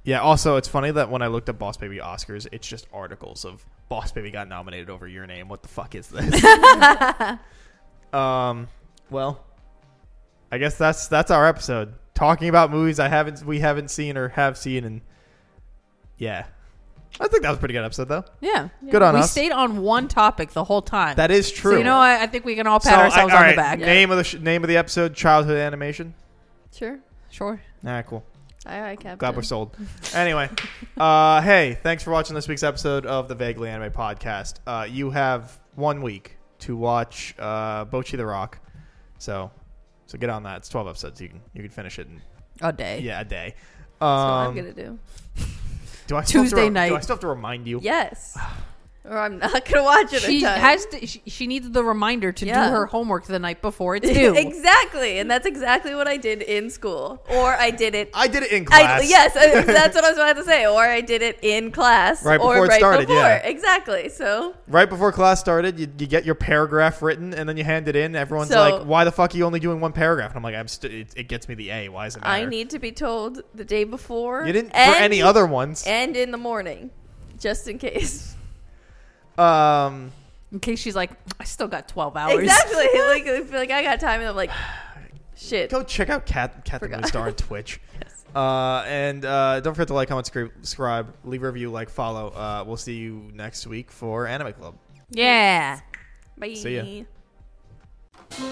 Yeah. Also, it's funny that when I looked up Boss Baby Oscars, it's just articles of Boss Baby got nominated over your name. What the fuck is this? um. Well, I guess that's that's our episode talking about movies I haven't we haven't seen or have seen, and yeah, I think that was a pretty good episode though.
yeah
Good on
we
us.
stayed on one topic the whole time
That is true.
so you know I, I think we can all pat
So, I-
ourselves
all
on
right,
the back
Name of the sh- name of the episode: Childhood Animation.
Sure,
sure
All right, cool.
I, I kept.
Glad
<laughs>
we're sold. Anyway, uh, hey, thanks for watching this week's episode of the Vaguely Anime Podcast. Uh, you have one week to watch uh, Bochi the Rock, so so get on that. It's twelve episodes. You can you can finish it in
a day <laughs>
yeah a day.
That's what I'm
Um,
gonna do.
do I still have to
Tuesday
re-
night.
Do I still have to remind you? <sighs>
Yes.
or I'm not gonna watch it.
She
in time.
has to, she, she needs the reminder to
Yeah.
do her homework the night before
<laughs>
it's due.
<laughs> exactly, and that's exactly what I did in school, or I did it.
I did it in class.
I, yes,
<laughs>
I- that's what I was about to say. Or I did it in class,
Right
or
before it started,
before.
yeah.
Exactly. So
Right before class started, you, you get your paragraph written and then you hand it in. Everyone's
So-
like, "Why the fuck are you only doing one paragraph?" And I'm like, "I'm st- it, it gets me the A. Why is it matter?"
I need to be told the day before.
you didn't
and,
for any other ones.
and in the morning, just in case.
um,
In case she's like, I still got 12 hours.
<laughs> Exactly.
<laughs>
like, I feel like I got time, and I'm like, <sighs> shit.
go check out Cat Cat the
Forgot.
Moon Star
<laughs>
on Twitch. Uh, and uh, don't forget to like, comment, scri- subscribe, leave a review, like, follow. Uh, we'll see you next week for Anime Club.
Yeah.
Bye.
See ya.